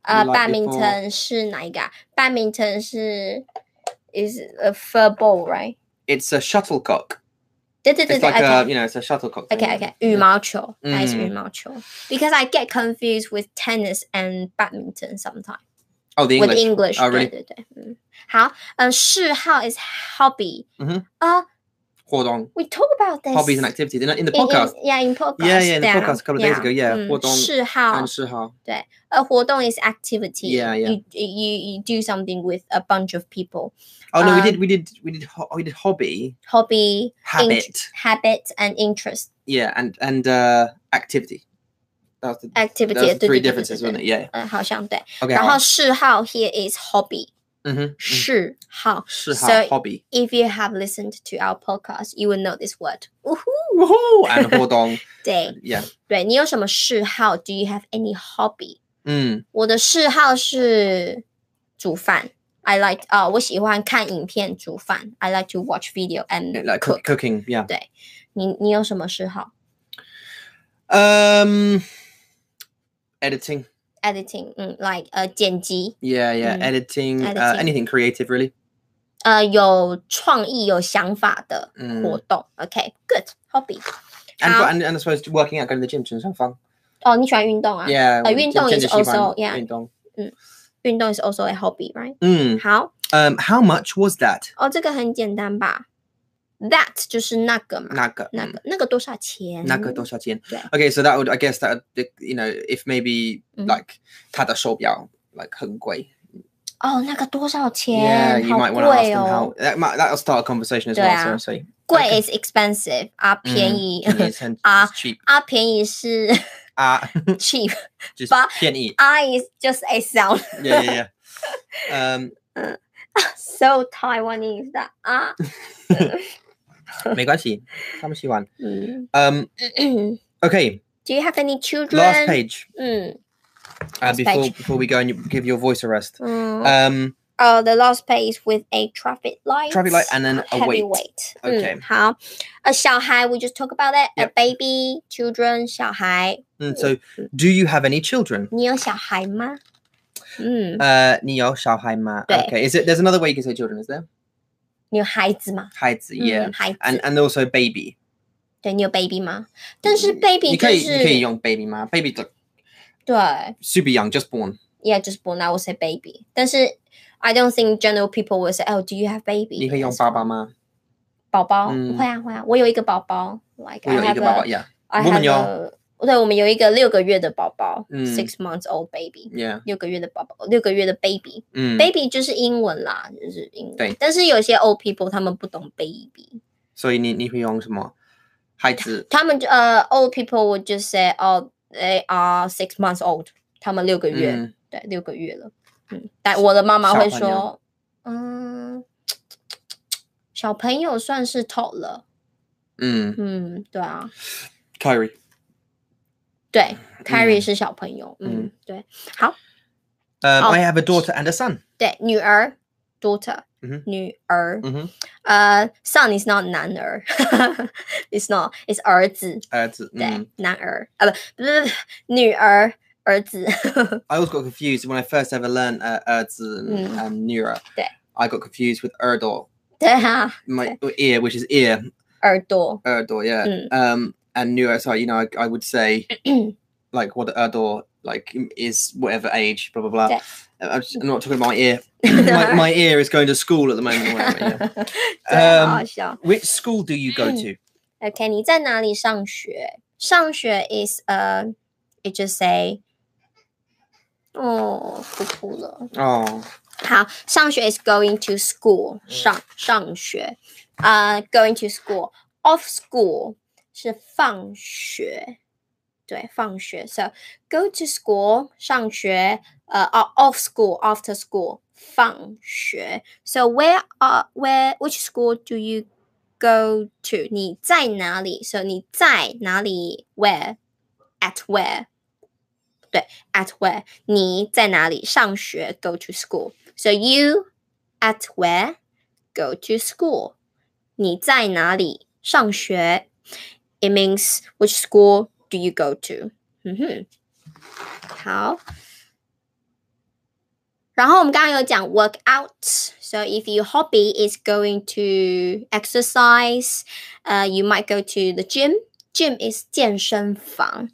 Speaker 2: 呃，
Speaker 1: like
Speaker 2: badminton
Speaker 1: before-
Speaker 2: 是哪一个啊？badminton 是 is a fur ball, right？
Speaker 1: It's a shuttlecock.
Speaker 2: 对对对
Speaker 1: It's
Speaker 2: 对
Speaker 1: like a Mm-hmm.
Speaker 2: ，OK
Speaker 1: you know, it's a shuttlecock. thing.
Speaker 2: OK OK，羽毛球，that is 羽
Speaker 1: 嗯
Speaker 2: 毛球。Because I get confused with tennis and badminton sometimes.
Speaker 1: Oh, the
Speaker 2: With
Speaker 1: English.
Speaker 2: English，
Speaker 1: Oh,
Speaker 2: 对
Speaker 1: really?
Speaker 2: 对对，嗯，好，嗯，嗜好 is hobby。
Speaker 1: 嗯哼
Speaker 2: 啊
Speaker 1: Huodong.
Speaker 2: ，we talk about this
Speaker 1: Hobbies and activities in, in the
Speaker 2: in- in-
Speaker 1: podcast.
Speaker 2: Yeah, in podcast.
Speaker 1: Yeah, yeah, in the
Speaker 2: yeah,
Speaker 1: podcast a couple of days ago, yeah，
Speaker 2: 嗯
Speaker 1: 活动
Speaker 2: 嗜好
Speaker 1: And Shiha.
Speaker 2: 呃，活动 is activity.
Speaker 1: Yeah, yeah.
Speaker 2: You, you you do something with a bunch of people.
Speaker 1: Oh no, we did,
Speaker 2: Um,
Speaker 1: we did, we did, ho- we did hobby,
Speaker 2: Hobby, int-
Speaker 1: habit,
Speaker 2: habit, and interest
Speaker 1: yeah, and and uh activity. That was the,
Speaker 2: activity.
Speaker 1: those are the
Speaker 2: 对
Speaker 1: three
Speaker 2: 对对对
Speaker 1: differences,
Speaker 2: 对
Speaker 1: wasn't it? Yeah.
Speaker 2: 嗯，好像对。
Speaker 1: Okay.
Speaker 2: 然后嗜好 here is hobby，
Speaker 1: Mm-hmm.
Speaker 2: 嗜好。So-
Speaker 1: hobby.
Speaker 2: If you have listened to our podcast, you will know this word. 呜呼
Speaker 1: Woohoo! And huodong.
Speaker 2: 对
Speaker 1: Yeah.
Speaker 2: 对，你有什么嗜好？Do you have any hobby？
Speaker 1: Mm.
Speaker 2: 我的嗜好是煮饭。I like 啊、我喜欢看影片、煮饭。I like to watch video and
Speaker 1: Like cook-
Speaker 2: cook.
Speaker 1: cooking. Yeah.
Speaker 2: 你你有什么嗜好
Speaker 1: Um, editing.
Speaker 2: ？Editing，嗯，like 呃剪辑，
Speaker 1: Yeah, yeah,
Speaker 2: Mm.
Speaker 1: editing. Uh,
Speaker 2: Editing.
Speaker 1: anything creative, really.
Speaker 2: 呃有创意、有想法的
Speaker 1: Mm.
Speaker 2: 活动。OK，good hobby。
Speaker 1: And,
Speaker 2: How-
Speaker 1: but, and and I suppose working out, going to the gym, is so fun.
Speaker 2: 哦，你喜欢运动啊？
Speaker 1: Yeah.
Speaker 2: Uh,
Speaker 1: well, gym-
Speaker 2: 运动
Speaker 1: gym
Speaker 2: is
Speaker 1: is fun,
Speaker 2: also- yeah.
Speaker 1: 运动.
Speaker 2: 运动 is also a hobby，right？
Speaker 1: Mm.
Speaker 2: 好，
Speaker 1: Um, how much was that?
Speaker 2: 哦，这个很简单吧？ that 就是那个嘛，
Speaker 1: 那个，
Speaker 2: 那
Speaker 1: 嗯
Speaker 2: 个那个多少钱？
Speaker 1: 那个多少钱
Speaker 2: 对
Speaker 1: Mm. ？Okay, so that would I guess that would, you know if maybe
Speaker 2: 嗯
Speaker 1: like 他的手表 like 很贵
Speaker 2: 哦，那个多少钱
Speaker 1: Yeah, you
Speaker 2: 好
Speaker 1: might want to ask
Speaker 2: 贵
Speaker 1: them
Speaker 2: 哦
Speaker 1: how。that might that'll start a conversation as
Speaker 2: 对
Speaker 1: well.
Speaker 2: 啊
Speaker 1: So so
Speaker 2: 贵 is expensive 啊，便宜
Speaker 1: it's hen-
Speaker 2: Ah.
Speaker 1: it's cheap
Speaker 2: 啊，便宜是
Speaker 1: ah
Speaker 2: cheap，
Speaker 1: just
Speaker 2: But-
Speaker 1: penny.
Speaker 2: I is just a sound。
Speaker 1: Yeah, yeah, yeah. Um,
Speaker 2: So Taiwanese 的啊，
Speaker 1: 没关系，他们喜欢。
Speaker 2: 嗯
Speaker 1: Um, okay,
Speaker 2: ，Do you have any children？
Speaker 1: last page.
Speaker 2: 嗯
Speaker 1: Uh,
Speaker 2: Last
Speaker 1: before
Speaker 2: page.
Speaker 1: before we go and you give your voice a rest.
Speaker 2: 嗯，
Speaker 1: Um,
Speaker 2: 哦，the Oh, last page with a traffic light。
Speaker 1: traffic light and then a
Speaker 2: Heavy
Speaker 1: weight.
Speaker 2: weight.
Speaker 1: Okay.
Speaker 2: 嗯，好。A 小孩，we just talk about it. A
Speaker 1: Yep.
Speaker 2: baby, children, 小孩。
Speaker 1: Mm, so, do you have any children?
Speaker 2: 你有小孩吗？嗯，
Speaker 1: Uh, 你有小孩吗?
Speaker 2: 对。
Speaker 1: Okay, is it? There's another way you can say children, is there?
Speaker 2: 你有孩子吗？
Speaker 1: 孩子,
Speaker 2: 嗯
Speaker 1: yeah,
Speaker 2: 孩子。
Speaker 1: and and also baby.
Speaker 2: 对你有 baby 吗？但是
Speaker 1: 嗯
Speaker 2: baby 就
Speaker 1: 你可以-
Speaker 2: 是
Speaker 1: 你可以用 baby 吗? Baby's like
Speaker 2: 对
Speaker 1: super young, just born.
Speaker 2: ，yeah，就是 born I will say baby，但是 I don't think general people will say oh do you have baby？That's fine
Speaker 1: 你可以用爸爸吗？
Speaker 2: 宝宝
Speaker 1: 嗯
Speaker 2: 会啊会啊，我有一个宝宝，like I have
Speaker 1: 我有一个爸爸,
Speaker 2: a
Speaker 1: yeah,
Speaker 2: I
Speaker 1: 我们
Speaker 2: have
Speaker 1: 有
Speaker 2: a 对，我们有一个六个月的宝宝
Speaker 1: 嗯
Speaker 2: ，six months old baby，
Speaker 1: yeah. Mm.
Speaker 2: 六个月的宝宝，六个月的 baby。
Speaker 1: 嗯
Speaker 2: baby 就是英文啦，就是英文。
Speaker 1: 对
Speaker 2: 但是有些 old people 他们不懂 baby，
Speaker 1: 所以你-你会用什么？孩子。
Speaker 2: 他们就呃、old people would just say oh they are six months old，他们六个月，
Speaker 1: 嗯，
Speaker 2: 对，六个月了。嗯，但我的妈妈会
Speaker 1: 小朋友
Speaker 2: 说，嗯，小朋友算是 toddler，
Speaker 1: 嗯，
Speaker 2: 嗯，对啊，
Speaker 1: Mm, Kyrie.
Speaker 2: 对，Carrie
Speaker 1: 嗯
Speaker 2: 是小朋友，嗯
Speaker 1: 嗯，
Speaker 2: 对，好，
Speaker 1: Um,
Speaker 2: Oh.
Speaker 1: I have a daughter and a son.
Speaker 2: 对，女儿 daughter，
Speaker 1: 嗯哼
Speaker 2: 女儿，
Speaker 1: 嗯哼
Speaker 2: 呃，son is not 男儿 ，it's not it's 儿子，
Speaker 1: 儿子，
Speaker 2: 对，
Speaker 1: 嗯。
Speaker 2: 男儿啊，不，不是不是女儿，儿子，
Speaker 1: I always got confused when I first ever learned uh, 儿子 and um,
Speaker 2: 嗯。
Speaker 1: 女儿.
Speaker 2: 对。
Speaker 1: I got confused with 耳朵,
Speaker 2: 对啊，
Speaker 1: my ear, which is ear,
Speaker 2: 耳朵，
Speaker 1: 耳朵, yeah.
Speaker 2: 嗯
Speaker 1: Um, and 女儿, so you know, I, I would say like what耳朵 like is whatever age, blah blah blah. Uh,
Speaker 2: Yeah.
Speaker 1: I'm, just- I'm not talking about my ear. my, my ear is going to school at the moment. Or whatever, yeah.
Speaker 2: 对，好好
Speaker 1: Um,
Speaker 2: 笑。
Speaker 1: Which school do you
Speaker 2: Hmm.
Speaker 1: go to?
Speaker 2: OK，你在哪里上学？上学 is 呃、i t just say，哦，不哭了。
Speaker 1: Oh,
Speaker 2: 好，上学 is going to school，上上学，呃、g o i n g to school。Off school 是放学，对，放学。So go to school 上学，呃、o f f school after school 放学。So where are where which school do you go to？你在哪里？So 你在哪里？Where at where？对，at where？你在哪里上学？Go to school。So you at where go to school？你在哪里上学？It means which school do you go to？嗯哼，好。然后我们刚刚有讲 work out。So if your hobby is going to exercise, uh, you might go to the gym. Gym is 健身房。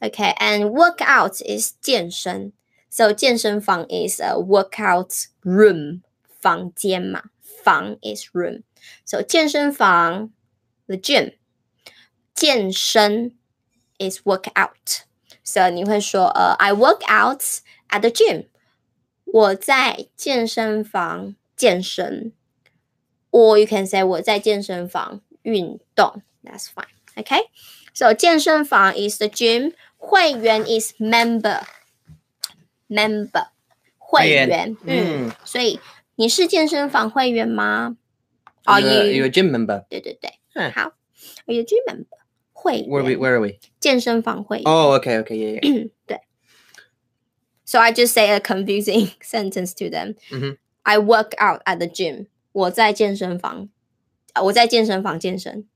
Speaker 2: Okay, and workout is 健身。So 健身房 is a workout room 房间嘛，房 is room。So 健身房 the gym，健身 is workout。So 你会说呃、i work out at the gym。我在健身房健身。Or you can say 我在健身房运动。That's fine. Okay. So 健身房 is the gym. 会员 is member. Member. 会
Speaker 1: 员 hmm.
Speaker 2: 员。嗯。所以你是健身房会员吗
Speaker 1: are
Speaker 2: ？Are
Speaker 1: you a, you're
Speaker 2: you？
Speaker 1: a gym member?
Speaker 2: 对对对，
Speaker 1: 嗯
Speaker 2: 好，Are you a gym member？会
Speaker 1: Where are we?
Speaker 2: 员，
Speaker 1: Where are we?
Speaker 2: 健身房会员。
Speaker 1: Oh, okay, okay, yeah, yeah.
Speaker 2: So I just say a confusing sentence to them.
Speaker 1: 嗯哼
Speaker 2: I work out at the gym. 我在健身房，啊我在健身房健身。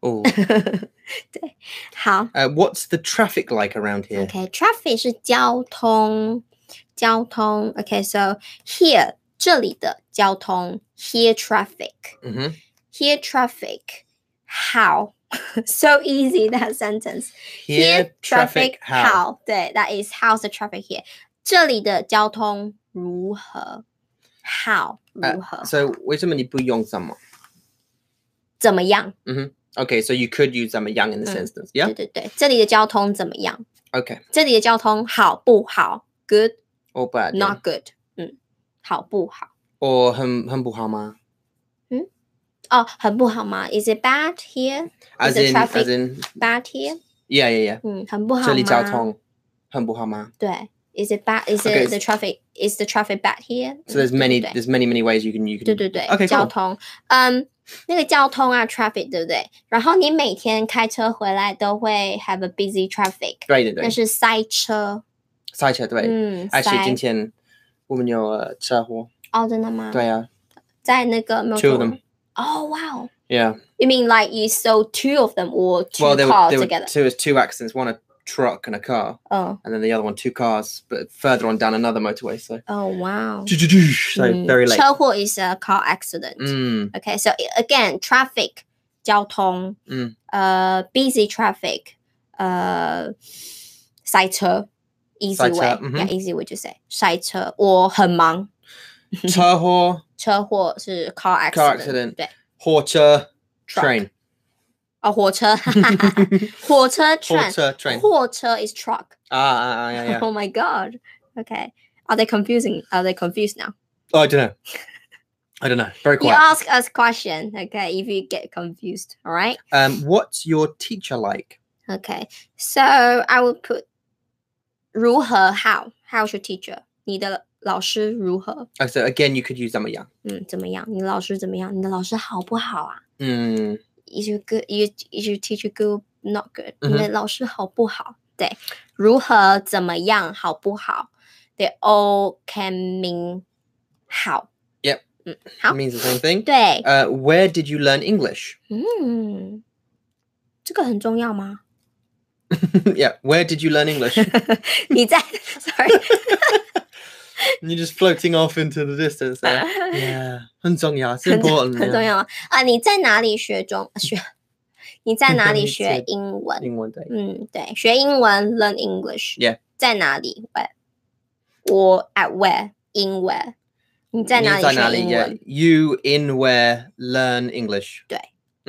Speaker 1: Oh,
Speaker 2: 对，好
Speaker 1: uh, what's the traffic like around here?
Speaker 2: ，OK，traffic 是交通，交通。OK，so here 这里的交通，here traffic。
Speaker 1: hmm
Speaker 2: Here traffic. How? so easy that sentence.
Speaker 1: Here traffic how?
Speaker 2: 对，that is how's the traffic here. 这里的交通如何？How
Speaker 1: Uh,
Speaker 2: 如何？
Speaker 1: So 为什么你不用什么
Speaker 2: 怎么样？
Speaker 1: Okay, so you could use them yang in this
Speaker 2: Mm.
Speaker 1: instance. Yeah.
Speaker 2: 对对对，这里的交通怎么样？
Speaker 1: Okay.
Speaker 2: 这里的交通好不好？Good,
Speaker 1: Or bad. yeah.
Speaker 2: not good。嗯，好不好？
Speaker 1: Or hum humbuhama.
Speaker 2: 哦，很不好吗？Is it bad here?
Speaker 1: As
Speaker 2: the
Speaker 1: in
Speaker 2: traffic-
Speaker 1: as in
Speaker 2: Bad here？
Speaker 1: yeah yeah yeah.
Speaker 2: 嗯，很不好吗？
Speaker 1: 这里交通很不好吗？
Speaker 2: 对，Is it bad? Is
Speaker 1: Okay,
Speaker 2: it the traffic? Is the traffic bad here?
Speaker 1: So there's
Speaker 2: 嗯
Speaker 1: many
Speaker 2: 对
Speaker 1: there's many many ways you can you can
Speaker 2: 对对对
Speaker 1: Okay,
Speaker 2: 对，交
Speaker 1: cool.
Speaker 2: 通，嗯，那个交通啊，traffic，对不对？然后你每天开车回来都会 have a busy traffic，
Speaker 1: 对对
Speaker 2: 那
Speaker 1: 对
Speaker 2: 是塞车，
Speaker 1: 塞车对。
Speaker 2: 嗯，
Speaker 1: Actually，
Speaker 2: 塞
Speaker 1: 今天我们有呃车祸。
Speaker 2: 哦，真的吗？，
Speaker 1: 对啊
Speaker 2: 在那个
Speaker 1: ，two of
Speaker 2: Melbourne
Speaker 1: them.
Speaker 2: 哦，哇哦
Speaker 1: Yeah.
Speaker 2: ，You mean like you saw two of them or two
Speaker 1: Well, there were
Speaker 2: cars
Speaker 1: there were
Speaker 2: together？
Speaker 1: two was two accidents. One a truck and a car,
Speaker 2: 哦
Speaker 1: and then the other one two cars, but further on down another motorway. So
Speaker 2: 哦，哇哦，
Speaker 1: so
Speaker 2: 嗯
Speaker 1: very late.
Speaker 2: 车祸 is a car accident。
Speaker 1: Mm,
Speaker 2: Okay, so i- again, traffic 交通，
Speaker 1: 嗯，
Speaker 2: 呃，busy traffic，呃，塞车
Speaker 1: 塞
Speaker 2: ，easy
Speaker 1: 车
Speaker 2: way，
Speaker 1: 嗯
Speaker 2: yeah,
Speaker 1: 哼
Speaker 2: easy way to say 塞车，我很忙，
Speaker 1: 车祸,
Speaker 2: 车祸是 car
Speaker 1: Car
Speaker 2: accident，,
Speaker 1: accident
Speaker 2: 对，
Speaker 1: 火车,
Speaker 2: Truck.
Speaker 1: train.
Speaker 2: 哦，火车，哈哈哈哈火车 train，
Speaker 1: 火车, train.
Speaker 2: 货车 is truck。
Speaker 1: Ah, ah, ah, yeah, yeah.
Speaker 2: Oh my god. Okay. Are they confusing? Are they confused now?
Speaker 1: Oh, I don't know. I don't know. Very
Speaker 2: You
Speaker 1: quiet.
Speaker 2: ask us question, okay? If you get confused, all right?
Speaker 1: Um, what's your teacher like?
Speaker 2: Okay, so I will put 如何 how how's your teacher？你的老师如何？
Speaker 1: Oh, so again, you could use them young.
Speaker 2: 嗯，怎么样？你的老师怎么样？你的老师好不好啊
Speaker 1: Mm.
Speaker 2: ？Is your good? Is is your teacher good? Not good.
Speaker 1: 嗯哼
Speaker 2: 你的老师好不好？对，如何怎么样？好不好？They all can mean 好。
Speaker 1: Yep.
Speaker 2: 嗯，好
Speaker 1: It means the same thing.
Speaker 2: 对，
Speaker 1: Uh, where did you learn English?
Speaker 2: 嗯，这个很重要吗？
Speaker 1: yeah, where did you learn English?
Speaker 2: 你在 ，sorry，
Speaker 1: And You're just floating off into the distance there. Yeah, 很重要, it's
Speaker 2: 很重
Speaker 1: important.
Speaker 2: 很重
Speaker 1: yeah.
Speaker 2: 要啊！啊，你在哪里学中 学？你在哪里
Speaker 1: 你
Speaker 2: 学
Speaker 1: 在
Speaker 2: 英文？
Speaker 1: 英文对。
Speaker 2: 嗯，对，学英文，learn English。
Speaker 1: Yeah
Speaker 2: 在哪里？Where？我 at where？英文？你在哪里学
Speaker 1: 你在
Speaker 2: 英
Speaker 1: 哪里？Yeah,
Speaker 2: 文？
Speaker 1: You in where learn English? 嗯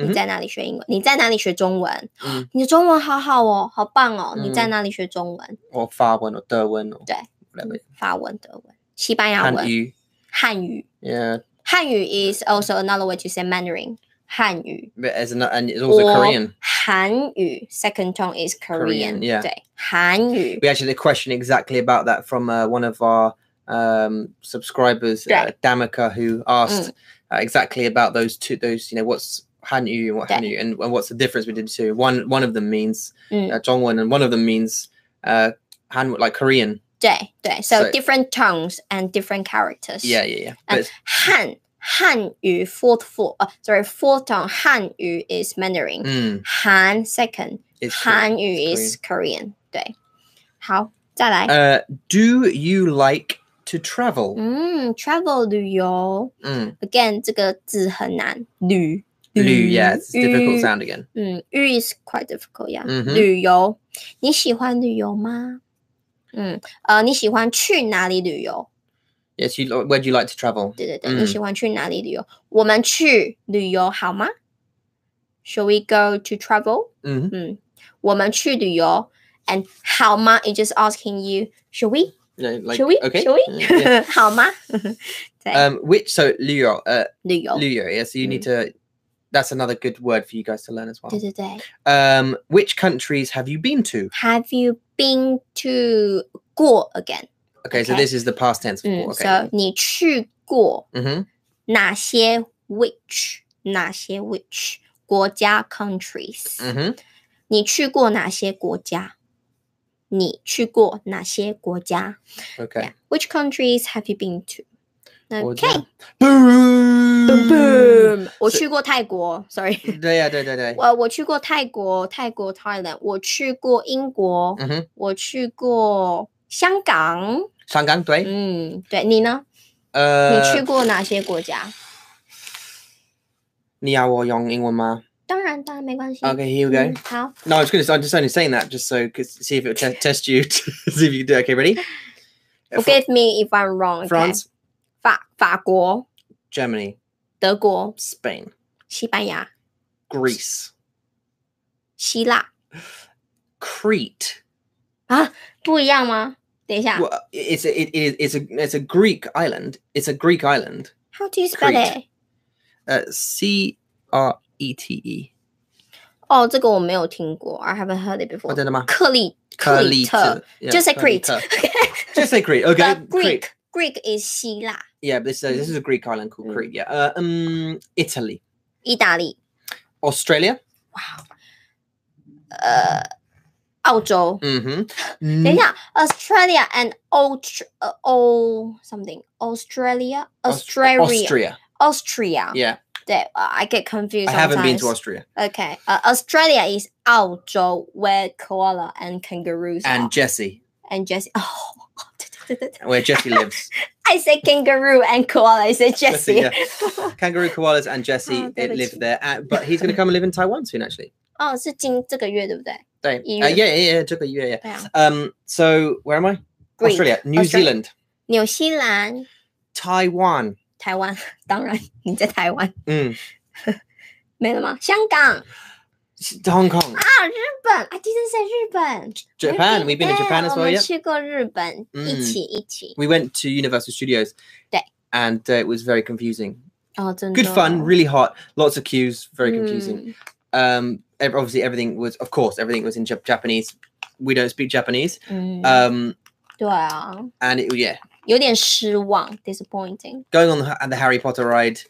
Speaker 2: 你
Speaker 1: 哼
Speaker 2: 在哪里学英文？你在哪里学中文
Speaker 1: 嗯？
Speaker 2: 你的中文好好哦，好棒哦！你在
Speaker 1: 嗯
Speaker 2: 哪里学中文？
Speaker 1: Or 法文 or 德文 or
Speaker 2: 对。
Speaker 1: whatever.
Speaker 2: 法文、德文、西班牙文、
Speaker 1: 汉语。
Speaker 2: 汉语。
Speaker 1: Yeah,
Speaker 2: 汉语 is also another way to say Mandarin。汉语。
Speaker 1: But as an, and it's also
Speaker 2: or
Speaker 1: Korean.
Speaker 2: 韩语，second tone is Korean，,
Speaker 1: Korean, yeah.
Speaker 2: 对，韩语
Speaker 1: We actually had a question exactly about that from uh, one of our um, subscribers, uh, Damika, who
Speaker 2: Mm.
Speaker 1: asked uh, exactly about those two. Those you know, what's Hanyu and what
Speaker 2: Yeah.
Speaker 1: Hanyu, and, and what's the difference between the two? One one of them means
Speaker 2: Mm.
Speaker 1: uh, Zhongwen, and one of them means uh, Han, like Korean.
Speaker 2: 对对，so
Speaker 1: So-
Speaker 2: different tongues and different characters。
Speaker 1: Yeah, yeah, yeah. But
Speaker 2: And
Speaker 1: it's-
Speaker 2: 汉汉语 fourth four，呃、s o r r y fourth tone 汉语 is Mandarin，、
Speaker 1: mm,
Speaker 2: 韩 second
Speaker 1: it's true.
Speaker 2: 韩语
Speaker 1: it's
Speaker 2: is Korean，对，好，再来，
Speaker 1: Uh, do you like to travel?
Speaker 2: 嗯，travel 旅游
Speaker 1: Mm.
Speaker 2: ，again 这个字很难，旅
Speaker 1: Lu, yeah, it's a difficult
Speaker 2: 旅
Speaker 1: sound again. Mm-hmm.
Speaker 2: 嗯，u is quite difficult 呀、
Speaker 1: 嗯哼
Speaker 2: 旅游，你喜欢旅游吗？嗯，呃，你喜欢去哪里旅游？
Speaker 1: Yes, you. li- Where do you like to travel?
Speaker 2: 对对对，你
Speaker 1: 嗯
Speaker 2: 喜欢去哪里旅游？我们去旅游好吗？Shall we go to travel？
Speaker 1: hmm
Speaker 2: 嗯，我们去旅游。And 好吗？It's just asking you, shall we?
Speaker 1: Yeah, like,
Speaker 2: shall we?
Speaker 1: Okay.
Speaker 2: Shall we?
Speaker 1: yeah, yeah.
Speaker 2: 好吗？对，
Speaker 1: Um, which so Luyo, uh,
Speaker 2: 旅游。
Speaker 1: Luyo, yeah. So you need to. That's another good word for you guys to learn as well.
Speaker 2: 对对对。
Speaker 1: Um, which countries have you been to?
Speaker 2: Have you been to 过 again？
Speaker 1: Okay, so
Speaker 2: Okay.
Speaker 1: this is the past tense. For,
Speaker 2: 嗯
Speaker 1: okay.
Speaker 2: ，So 你去过
Speaker 1: hmm
Speaker 2: 哪些 which 哪些 which 国家 countries？、
Speaker 1: hmm
Speaker 2: 你去过哪些国家？你去过哪些国家
Speaker 1: Okay.
Speaker 2: ？Which countries have you been to?
Speaker 1: 国
Speaker 2: Okay,
Speaker 1: 家 Boom.
Speaker 2: boom. 我去过泰国，sorry。
Speaker 1: 对呀，对对对。
Speaker 2: 我我去过泰国，泰国 Thailand。我去过英国，
Speaker 1: 嗯哼。
Speaker 2: 我去过香港。Mm.
Speaker 1: 上港，对。
Speaker 2: 嗯，对你呢？你
Speaker 1: 呃，
Speaker 2: 去过哪些国家？
Speaker 1: 你要我用英文吗？
Speaker 2: 当然，当然没关系。
Speaker 1: Okay, here we go.
Speaker 2: 嗯好，
Speaker 1: No, I was going to. I'm just only saying that just so 'cause see if it will test you. to see if you can do. it. Okay, ready? Uh, Fr-
Speaker 2: forgive me if I'm wrong. okay?
Speaker 1: France,
Speaker 2: 法法国、
Speaker 1: Germany,
Speaker 2: 德国、
Speaker 1: Spain,
Speaker 2: 西班牙、
Speaker 1: Greece.
Speaker 2: 希腊
Speaker 1: Crete.
Speaker 2: 不一样吗？等一下
Speaker 1: Well, it's a, it is it's a it's a Greek island. It's a Greek island.
Speaker 2: ，How do you spell
Speaker 1: Crete
Speaker 2: it？
Speaker 1: Uh, C R E T E.
Speaker 2: 哦，这个我没有听过，I haven't heard it before。
Speaker 1: 真的吗？
Speaker 2: 克里克里特
Speaker 1: Crete. Yeah,
Speaker 2: Just say Crete.
Speaker 1: Crete. Just say Crete. Okay.
Speaker 2: But
Speaker 1: Crete.
Speaker 2: Greek Greek is 希腊、
Speaker 1: Yeah, but this uh, this is a Greek island called
Speaker 2: Mm.
Speaker 1: Crete. Yeah. Uh, um, Italy,
Speaker 2: 意大利、
Speaker 1: Australia.
Speaker 2: 呃澳洲。
Speaker 1: Mm-hmm.
Speaker 2: 等一下，Australia and Aust 呃 O something Australia Australia
Speaker 1: Austria.
Speaker 2: Austria
Speaker 1: Yeah,
Speaker 2: 对呃 I get confused.
Speaker 1: I haven't been to
Speaker 2: sometimes.
Speaker 1: Austria.
Speaker 2: Okay, uh, Australia is 澳洲 where koala and kangaroos are.
Speaker 1: And Jesse,
Speaker 2: and Jesse. Oh, 对，对，对，对，对。
Speaker 1: where Jesse lives.
Speaker 2: I say kangaroo and koala. I say Jesse.
Speaker 1: yeah. Kangaroo koalas and Jesse
Speaker 2: Oh,
Speaker 1: they
Speaker 2: they're the
Speaker 1: live
Speaker 2: two.
Speaker 1: there, uh, but he's going to come and live in Taiwan soon, actually.
Speaker 2: 哦，Oh, 是今这个月对不对？
Speaker 1: They- uh, yeah,
Speaker 2: Europe.
Speaker 1: yeah, yeah. Took a year, yeah.
Speaker 2: 对啊，
Speaker 1: Um, so where am I?
Speaker 2: Greek,
Speaker 1: Australia, New
Speaker 2: Australia.
Speaker 1: Zealand,
Speaker 2: 纽西兰、
Speaker 1: Taiwan.
Speaker 2: 台湾， 当然你在台湾
Speaker 1: Mm.
Speaker 2: 没了吗？香港啊，
Speaker 1: S- Hong Kong,
Speaker 2: 日本，I didn't say 日本。
Speaker 1: Japan. We've been in Japan as well.
Speaker 2: 我们
Speaker 1: Yeah,
Speaker 2: 去过日本，
Speaker 1: 嗯
Speaker 2: 一起一起。
Speaker 1: we went to Universal Studios.
Speaker 2: Yeah.
Speaker 1: And uh, it was very confusing.
Speaker 2: 哦，真的。
Speaker 1: Good fun, really hot, lots of queues,
Speaker 2: Mm。Hmm.
Speaker 1: very confusing.
Speaker 2: 嗯。
Speaker 1: Um, ev- obviously everything was, of course, everything was in Jap- Japanese. We don't speak Japanese.
Speaker 2: 嗯，
Speaker 1: Um,
Speaker 2: 对啊，
Speaker 1: and it, yeah,
Speaker 2: 有点失望，disappointing。
Speaker 1: going on the, the Harry Potter ride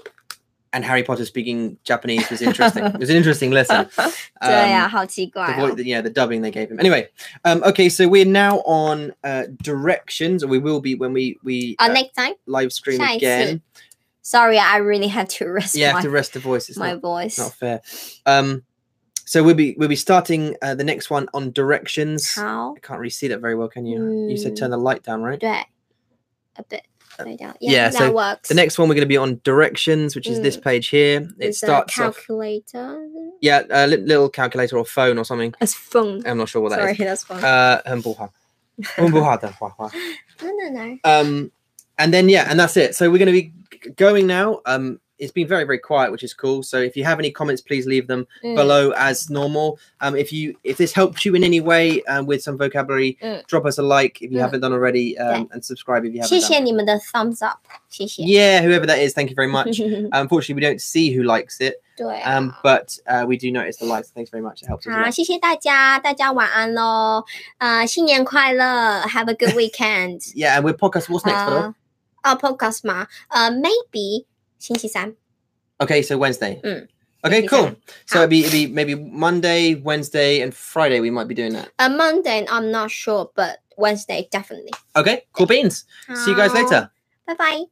Speaker 1: and Harry Potter speaking Japanese was interesting. it was an interesting lesson.
Speaker 2: 对啊，
Speaker 1: Um,
Speaker 2: 好奇怪
Speaker 1: the,
Speaker 2: 哦
Speaker 1: voi- the, yeah, the dubbing they gave him. Anyway, um, okay, so we're now on uh, directions, or we will be when we we
Speaker 2: Uh,
Speaker 1: uh,
Speaker 2: next time.
Speaker 1: live stream
Speaker 2: Shall I
Speaker 1: again.
Speaker 2: see? Sorry, I really had to rest
Speaker 1: Yeah, have
Speaker 2: my
Speaker 1: to rest the voice. It's
Speaker 2: my
Speaker 1: not,
Speaker 2: voice.
Speaker 1: not fair. Um, so we'll be we'll be starting uh, the next one on directions.
Speaker 2: 好
Speaker 1: I，can't really see that very well, can you? You said
Speaker 2: Mm.
Speaker 1: turn the light down, right?
Speaker 2: 对，a bit，对的
Speaker 1: Uh， yeah,
Speaker 2: ，yeah，that
Speaker 1: so
Speaker 2: works。
Speaker 1: The next one we're going to be on directions, which is this
Speaker 2: Mm.
Speaker 1: page here. It
Speaker 2: It's a
Speaker 1: starts off,
Speaker 2: calculator
Speaker 1: yeah, a li- little calculator or phone or something.
Speaker 2: as phone.
Speaker 1: I'm not sure what Oh, that is.
Speaker 2: Sorry, that's phone.
Speaker 1: Uh, 很不好，很不好的画画。
Speaker 2: No, no, no.
Speaker 1: um, and then yeah, and that's it. So we're going to be g- going now. Um, it's been very very quiet, which is cool. So if you have any comments, please leave them
Speaker 2: 嗯
Speaker 1: below as normal. Um, if you if this helped you in any way um, with some vocabulary,
Speaker 2: Mm.
Speaker 1: drop us a like if you
Speaker 2: Mm.
Speaker 1: haven't done already, um,
Speaker 2: Yeah.
Speaker 1: and subscribe if you
Speaker 2: 谢
Speaker 1: haven't. Done.
Speaker 2: 谢你们的 thumbs up，谢谢。
Speaker 1: Yeah, whoever that is, thank you very much. Um, Unfortunately, we don't see who likes it,
Speaker 2: 对啊，
Speaker 1: um, but uh, we do notice the likes. Thanks very much. It helps us. a
Speaker 2: 好，
Speaker 1: lot.
Speaker 2: 谢谢大家，大家晚安喽。呃，新年快乐，Have a good weekend。
Speaker 1: Yeah, and we're podcast. What's next, fellow?
Speaker 2: 呃，哦，podcast uh, 吗？呃，maybe 星期三。
Speaker 1: Okay, so Wednesday.
Speaker 2: Mm.
Speaker 1: Okay,
Speaker 2: Wednesday.
Speaker 1: cool. So it'd be, it'd be maybe Monday, Wednesday, and Friday. We might be doing that.
Speaker 2: Uh, Monday, I'm not sure, but Wednesday definitely.
Speaker 1: Okay, cool beans. See you guys later.
Speaker 2: 拜拜。